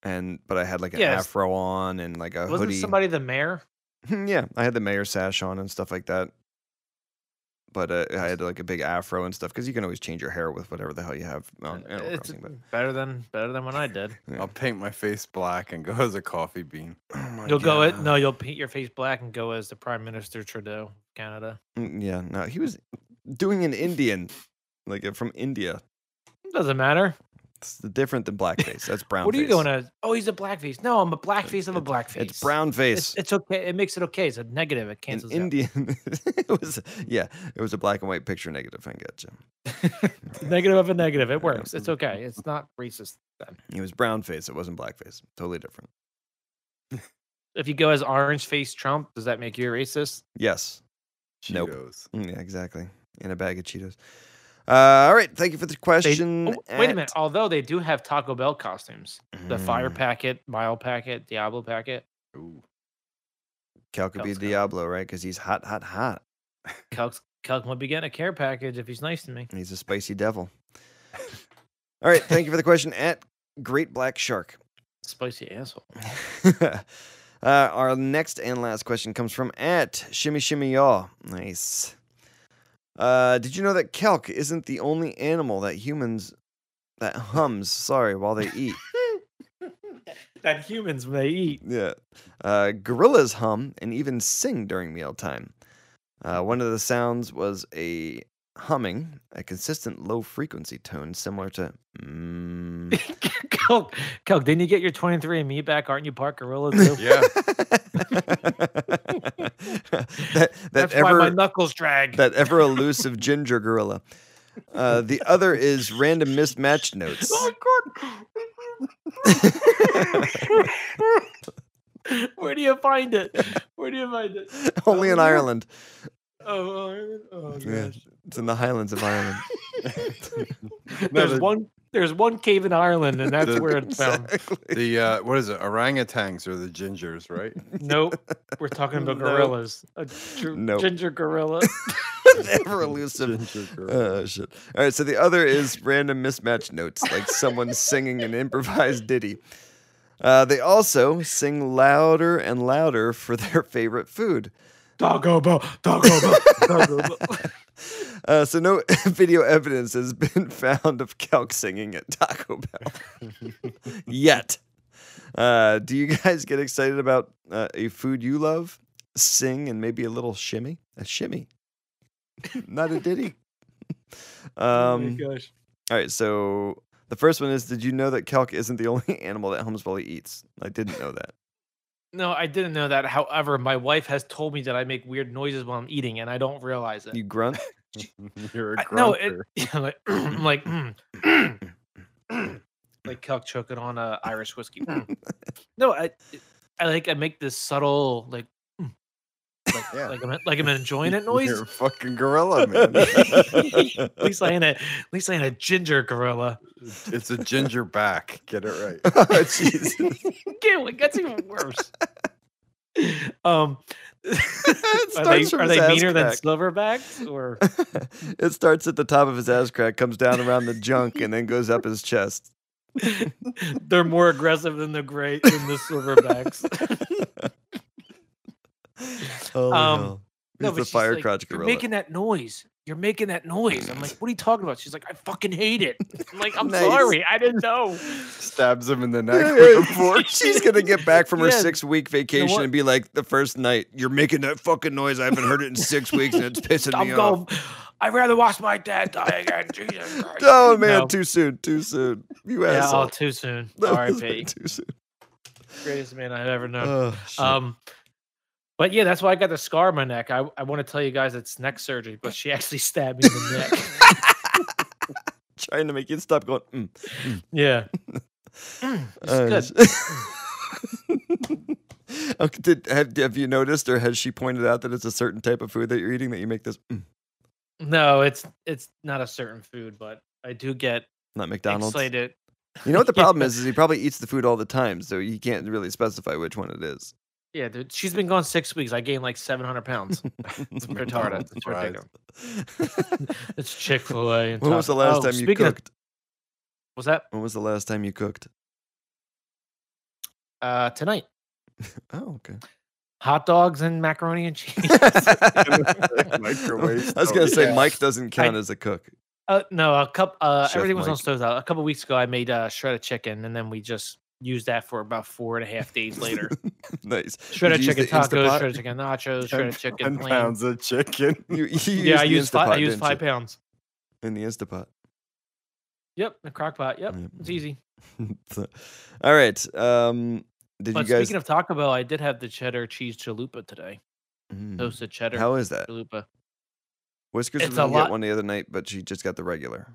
B: and but I had like an
A: Yes.
B: afro on and like a
A: Wasn't
B: hoodie.
A: somebody the mayor?
B: yeah, I had the mayor sash on and stuff like that. But uh, I had like a big afro and stuff because you can always change your hair with whatever the hell you have on
A: Uh,
B: Animal
A: it's
B: Crossing. Oh, But
A: better than better than when I did.
B: yeah.
D: I'll paint my face black and go as a coffee bean.
B: Oh my
A: You'll go it.
B: God.
A: No, you'll paint your face black and go as the Prime Minister Trudeau, Canada.
B: Mm, Yeah, no, he was doing an Indian, like uh, from India.
A: Doesn't matter.
B: It's different than blackface. That's brown.
A: what are you going as? Oh, he's a blackface. No, I'm a blackface of a blackface.
B: It's brown
A: It's,
B: face.
A: it's okay. It makes it okay. It's a negative. It
B: An
A: cancels out.
B: Indian. it was yeah. It was a black and white picture negative. I get you.
A: negative of a negative. It works. It's okay. It's not racist.
B: It was brown face. It wasn't blackface. Totally different.
A: If you go as orange face Trump, does that make you a racist?
B: Yes. Nope.
D: Cheetos.
B: Mm, Yeah. Exactly. In a bag of Cheetos. Uh, all right. Thank you for the
A: They-
B: question.
A: oh, wait a minute.
B: at-
A: Although they do have Taco Bell costumes the fire
B: Mm,
A: packet, mile packet, Diablo packet,
D: Ooh.
B: Cal could be
A: Cal's got-
B: Diablo, right? Because he's hot, hot, hot.
A: Calc. Calc might be getting a care package if he's nice to me.
B: He's a spicy devil. All right. Thank you for the question at Great Black Shark.
A: Spicy asshole.
B: uh, our next and last question comes from at Shimmy Shimmy Yaw. Nice. Uh, did you know that kelk isn't the only animal that humans that hums? Sorry, while they eat.
A: that humans may eat.
B: yeah. Uh, gorillas hum and even sing during mealtime. Uh, one of the sounds was a humming, a consistent low frequency tone similar to. Mm.
A: Calc, Calc, didn't you get your 23 and me back? Aren't you part gorilla too?
D: Yeah.
B: that, that
A: That's
B: ever,
A: why my knuckles drag.
B: that ever elusive ginger gorilla. Uh, the other is random mismatched notes.
A: Where do you find it? Where do you find it?
B: Only in Ireland.
A: Oh, Ireland? oh
B: Yeah.
A: gosh.
B: It's in the highlands of Ireland.
A: There's
D: the-
A: one. There's one cave in Ireland, and that's where it's found.
B: Exactly.
D: The uh, what is it? Orangutans or the gingers, right?
A: Nope, we're talking about
B: No.
A: gorillas. A gi-
B: Nope.
A: ginger gorilla.
B: Ever elusive.
D: Ginger girl.
B: Oh shit! All right, so the other is random mismatched notes, like someone singing an improvised ditty. Uh, they also sing louder and louder for their favorite food.
A: Taco Bell. Taco Bell. Taco Bell.
B: Uh, so no video evidence has been found of Calc singing at Taco Bell yet. Uh, do you guys get excited about uh, a food you love? Sing and maybe a little shimmy, a shimmy, not a ditty.
A: Oh my
B: Um,
A: gosh.
B: all right, so the first one is: Did you know that Calc isn't the only animal that Helmsbully eats? I didn't know that.
A: No, I didn't know that. However, my wife has told me that I make weird noises while I'm eating, and I don't realize it.
B: You grunt.
D: You're a
A: I- no, it,
D: grunter.
A: yeah, I'm like, I'm like, mm, mm, like Kelk choking on a Irish whiskey. Mm. no, I, I like, I make this subtle, like, mm, like,
D: Yeah.
A: like, I'm, like I'm enjoying it noise.
D: You're a fucking gorilla, man.
A: at least I ain't a, at least I ain't a ginger gorilla.
D: it's a ginger back. Get it right.
B: Oh, Jesus.
A: Get like that's even worse. Um,
B: It
A: are they,
B: starts from
A: are
B: his
A: they
B: ass
A: meaner than
B: crack.
A: silverbacks or?
B: it starts at the top of his ass crack, comes down around the junk, and then goes up his chest.
A: They're more aggressive than the gray than the silverbacks.
B: Oh,
A: Um,
B: no.
A: no,
B: He's
A: but
B: the
A: she's
B: fire
A: like,
B: crotch
A: You're
B: gorilla.
A: making that noise. You're making that noise. I'm like, what are you talking about? She's like, I fucking hate it. I'm like, I'm
B: Nice.
A: sorry, I didn't know.
D: Stabs him in the neck
B: Yeah,
D: with a
B: yeah.
D: fork.
B: She's gonna get back from her
A: Yeah.
B: six week vacation
A: what?
B: and be like, the first night, you're making that fucking noise. I haven't heard it in six weeks, and it's pissing
A: I'm
B: me off.
A: going. I'd rather watch my dad die again. Jesus Christ.
B: Oh man,
A: No.
B: too soon, too soon. You
A: yeah,
B: asshole.
A: oh, too soon.
B: That was way
A: R.I.P.
B: Too soon.
A: Greatest man I've ever known.
B: Oh, shit.
A: Um, but yeah, that's why I got the scar on my neck. I, I want to tell you guys it's neck surgery, but she actually stabbed me in the neck.
B: Trying to make you stop going. Mm.
A: Yeah. Mm, it's
B: Oh,
A: good.
B: sh- Uh, Okay, did, have, have you noticed, or has she pointed out that it's a certain type of food that you're eating that you make this? Mm.
A: No, it's it's not a certain food, but I do get
B: Not McDonald's.
A: excited.
B: You know what the
A: Yeah.
B: problem is? Is he probably eats the food all the time, so he can't really specify which one it is.
A: Yeah, dude. She's been gone six weeks. I gained like seven hundred pounds. It's retarded.
D: McDonald's
A: It's
D: fries.
A: ridiculous. It's Chick Fil A.
B: when was the last time you
A: Oh, Of,
B: cooked?
A: was that
B: When was the last time you cooked?
A: uh, tonight?
B: Oh, okay.
A: Hot dogs and macaroni and cheese.
D: Microwave
B: I was gonna
D: stove.
B: say
D: Yeah.
B: Mike doesn't count as a cook.
A: Uh, no, a cup. Uh,
B: Chef
A: everything was on
B: Mike.
A: stoves out. A couple weeks ago, I made uh, shredded chicken, and then we just used that for about four and a half days later.
B: nice.
A: Shredded
B: you use
A: chicken
B: the Instant
A: tacos,
B: Pot?
A: shredded chicken nachos, shredded chicken
D: 10
A: plain.
D: pounds of chicken.
B: You, you
A: Yeah, I
B: used
A: used
B: the Instapot,
A: five. I used
B: didn't
A: five
B: you?
A: pounds.
B: in the Instapot.
A: Yep, the crock pot. Yep,
B: Yep.
A: it's easy.
B: So- All right. Um, did
A: but
B: you guys?
A: speaking of Taco Bell, I did have the cheddar cheese chalupa today.
B: Mm.
A: Toasted cheddar
B: How is that?
A: chalupa.
B: Whiskers
A: It's
B: was
A: a
B: gonna get
A: lot-
B: one the other night, but she just got the regular.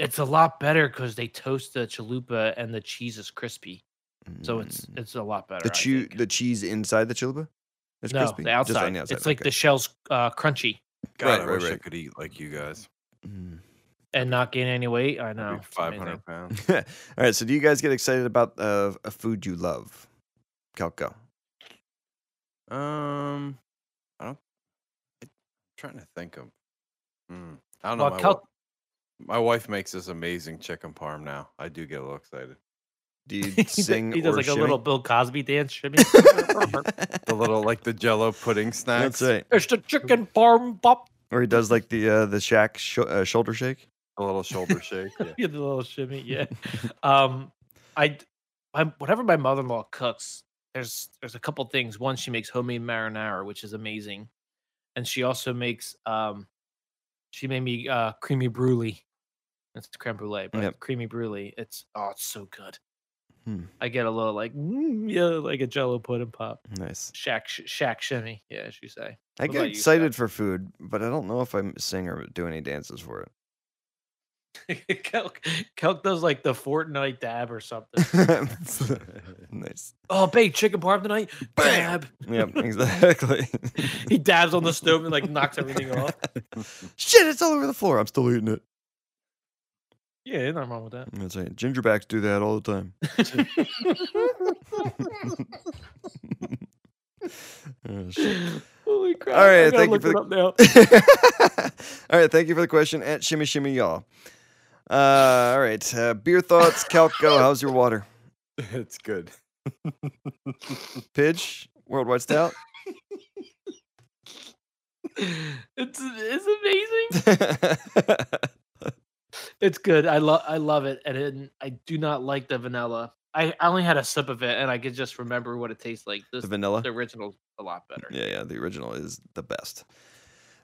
A: It's a lot better because they toast the chalupa and the cheese is crispy, so it's
B: Mm.
A: it's a lot better.
B: the
A: I
B: chew
A: think.
B: the cheese inside the chalupa. It's
A: no,
B: crispy.
A: the
B: just
A: outside.
B: on the outside,
A: It's like
B: okay.
A: the shell's uh, crunchy
D: God,
B: Right,
D: I
B: right,
D: wish I
B: right.
D: could eat like you guys.
B: Mm.
A: and not gain any weight. I
D: I'd
A: know.
D: be
A: it's amazing.
D: 500 pounds.
B: All right. So, do you guys get excited about uh, a food you love? Calco.
D: Um, I don't. I'm trying to think of. Mm, I don't know.
A: Well,
D: my,
A: Cal-
D: wi- my wife makes this amazing chicken parm now. I do get a little excited.
B: Do you sing
A: he does
B: or
A: like
B: shimmy?
A: a little Bill Cosby dance shimmy.
D: The little like the Jello pudding snacks.
B: That's right.
A: it's the chicken parm pop.
B: Or he does like the uh, the shack sh- uh, shoulder shake.
D: A little shoulder shake. Yeah.
A: Yeah, the little shimmy. Yeah. Um, I, d- my- whatever my mother in law cooks, there's there's a couple things. One, she makes homemade marinara, which is amazing, and she also makes um, she made me uh creamy brulee. It's creme brulee, but
B: Yep.
A: creamy brulee. It's oh, it's so good.
B: Hmm.
A: I get a little like mm, yeah, like a Jello pudding pop.
B: Nice.
A: Shack sh- shack shimmy. Yeah, as you say.
B: I
A: What about
B: get
A: you, Scott?
B: excited for food, but I don't know if I am sing or do any dances for it.
A: Kelk, Kelk does like the Fortnite dab or something.
B: nice.
A: oh, baked chicken parm tonight.
B: Bam!
A: Dab.
B: Yep, exactly.
A: he dabs on the stove and like knocks everything off.
B: Shit, it's all over the floor. I'm still eating it.
A: Yeah, ain't nothing wrong with that.
B: That's right. Gingerbacks do that all the time. Oh, shit.
A: Holy crap!
B: All right,
A: I gotta
B: thank you
A: look
B: for
A: it
B: the-
A: up now.
B: all right, thank you for the question at Shimmy Shimmy Y'all. Uh, all right, uh, beer thoughts, Calco, how's your water?
D: it's good.
B: Pidge, Worldwide Stout.
A: It's it's amazing.
B: That's
A: It's good. I love I love it, and it, I do not like the vanilla. I, I only had a sip of it, and I could just remember what it tastes like. This
B: the
A: the,
B: vanilla.
A: original's a lot better.
B: Yeah, yeah, the original is the best.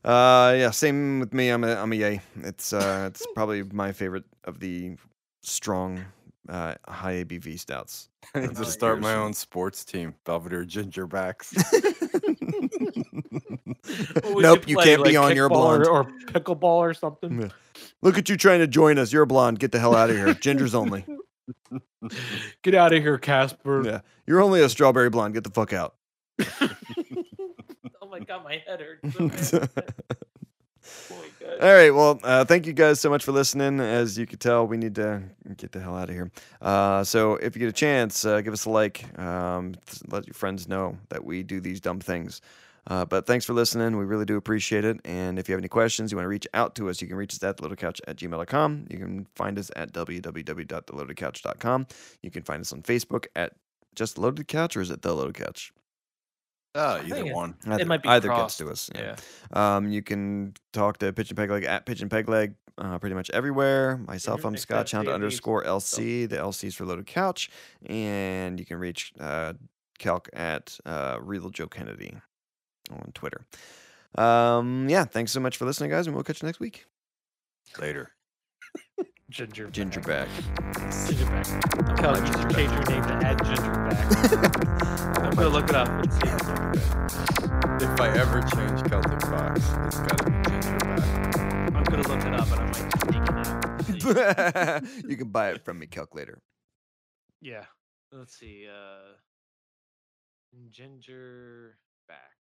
B: Uh, yeah, same with me. I'm a I'm a yay. It's uh, it's probably my favorite of the strong, uh, high ABV stouts.
D: I need
B: That's
D: to
B: like
D: start
B: yours.
D: my own sports team, Belvedere Gingerbacks.
A: Well, we
B: nope,
A: should
B: you
A: play,
B: can't be
A: like,
B: on your
A: kickball or-
B: blonde. Mm.
A: or, pickleball or something.
B: Yeah. Look at you trying to join us. You're a blonde. Get the hell out of here. Ginger's only.
A: Get out of here, Casper.
B: Yeah, you're only a strawberry blonde. Get the fuck out.
A: oh my god, my head hurts. so
B: All
A: bad. Oh my God.
B: right. Well, uh, thank you guys so much for listening. As you can tell, we need to get the hell out of here. Uh, so, if you get a chance, uh, give us a like. Um, th- let your friends know that we do these dumb things. Uh, but thanks for listening. We really do appreciate it. And if you have any questions, you want to reach out to us, you can reach us at theloadedcouch at gmail.com. You can find us at www.theloadedcouch.com. You can find us on Facebook at just Loaded Couch or is it The Loaded Couch?
D: Ah,
A: think
D: either
A: it-
D: one.
B: Either,
A: might be
B: either
A: crossed.
B: gets to us.
A: Yeah.
B: Um, you can talk to Pigeon Pegleg at Pigeon Pegleg uh, pretty much everywhere. Myself, I'm
A: Pegleg,
B: Scott Hound
A: JB,
B: underscore LC. The LC's for Loaded Couch. And you can reach uh, Calc at uh, Real Joe Kennedy on Twitter. Um, yeah, thanks so much for listening, guys, and we'll catch you next week.
D: Later.
A: Ginger.
B: Gingerback.
A: Gingerback. Cal, you should change your name to Add Gingerback. I'm gonna look it up and see.
D: If I ever change Celtic Fox, it's gotta be Gingerbacks.
A: I'm gonna look it up, and I might just sneak it out. and see.
B: you can buy it from me, Calc, later.
A: Yeah. Let's see. Uh, ginger back.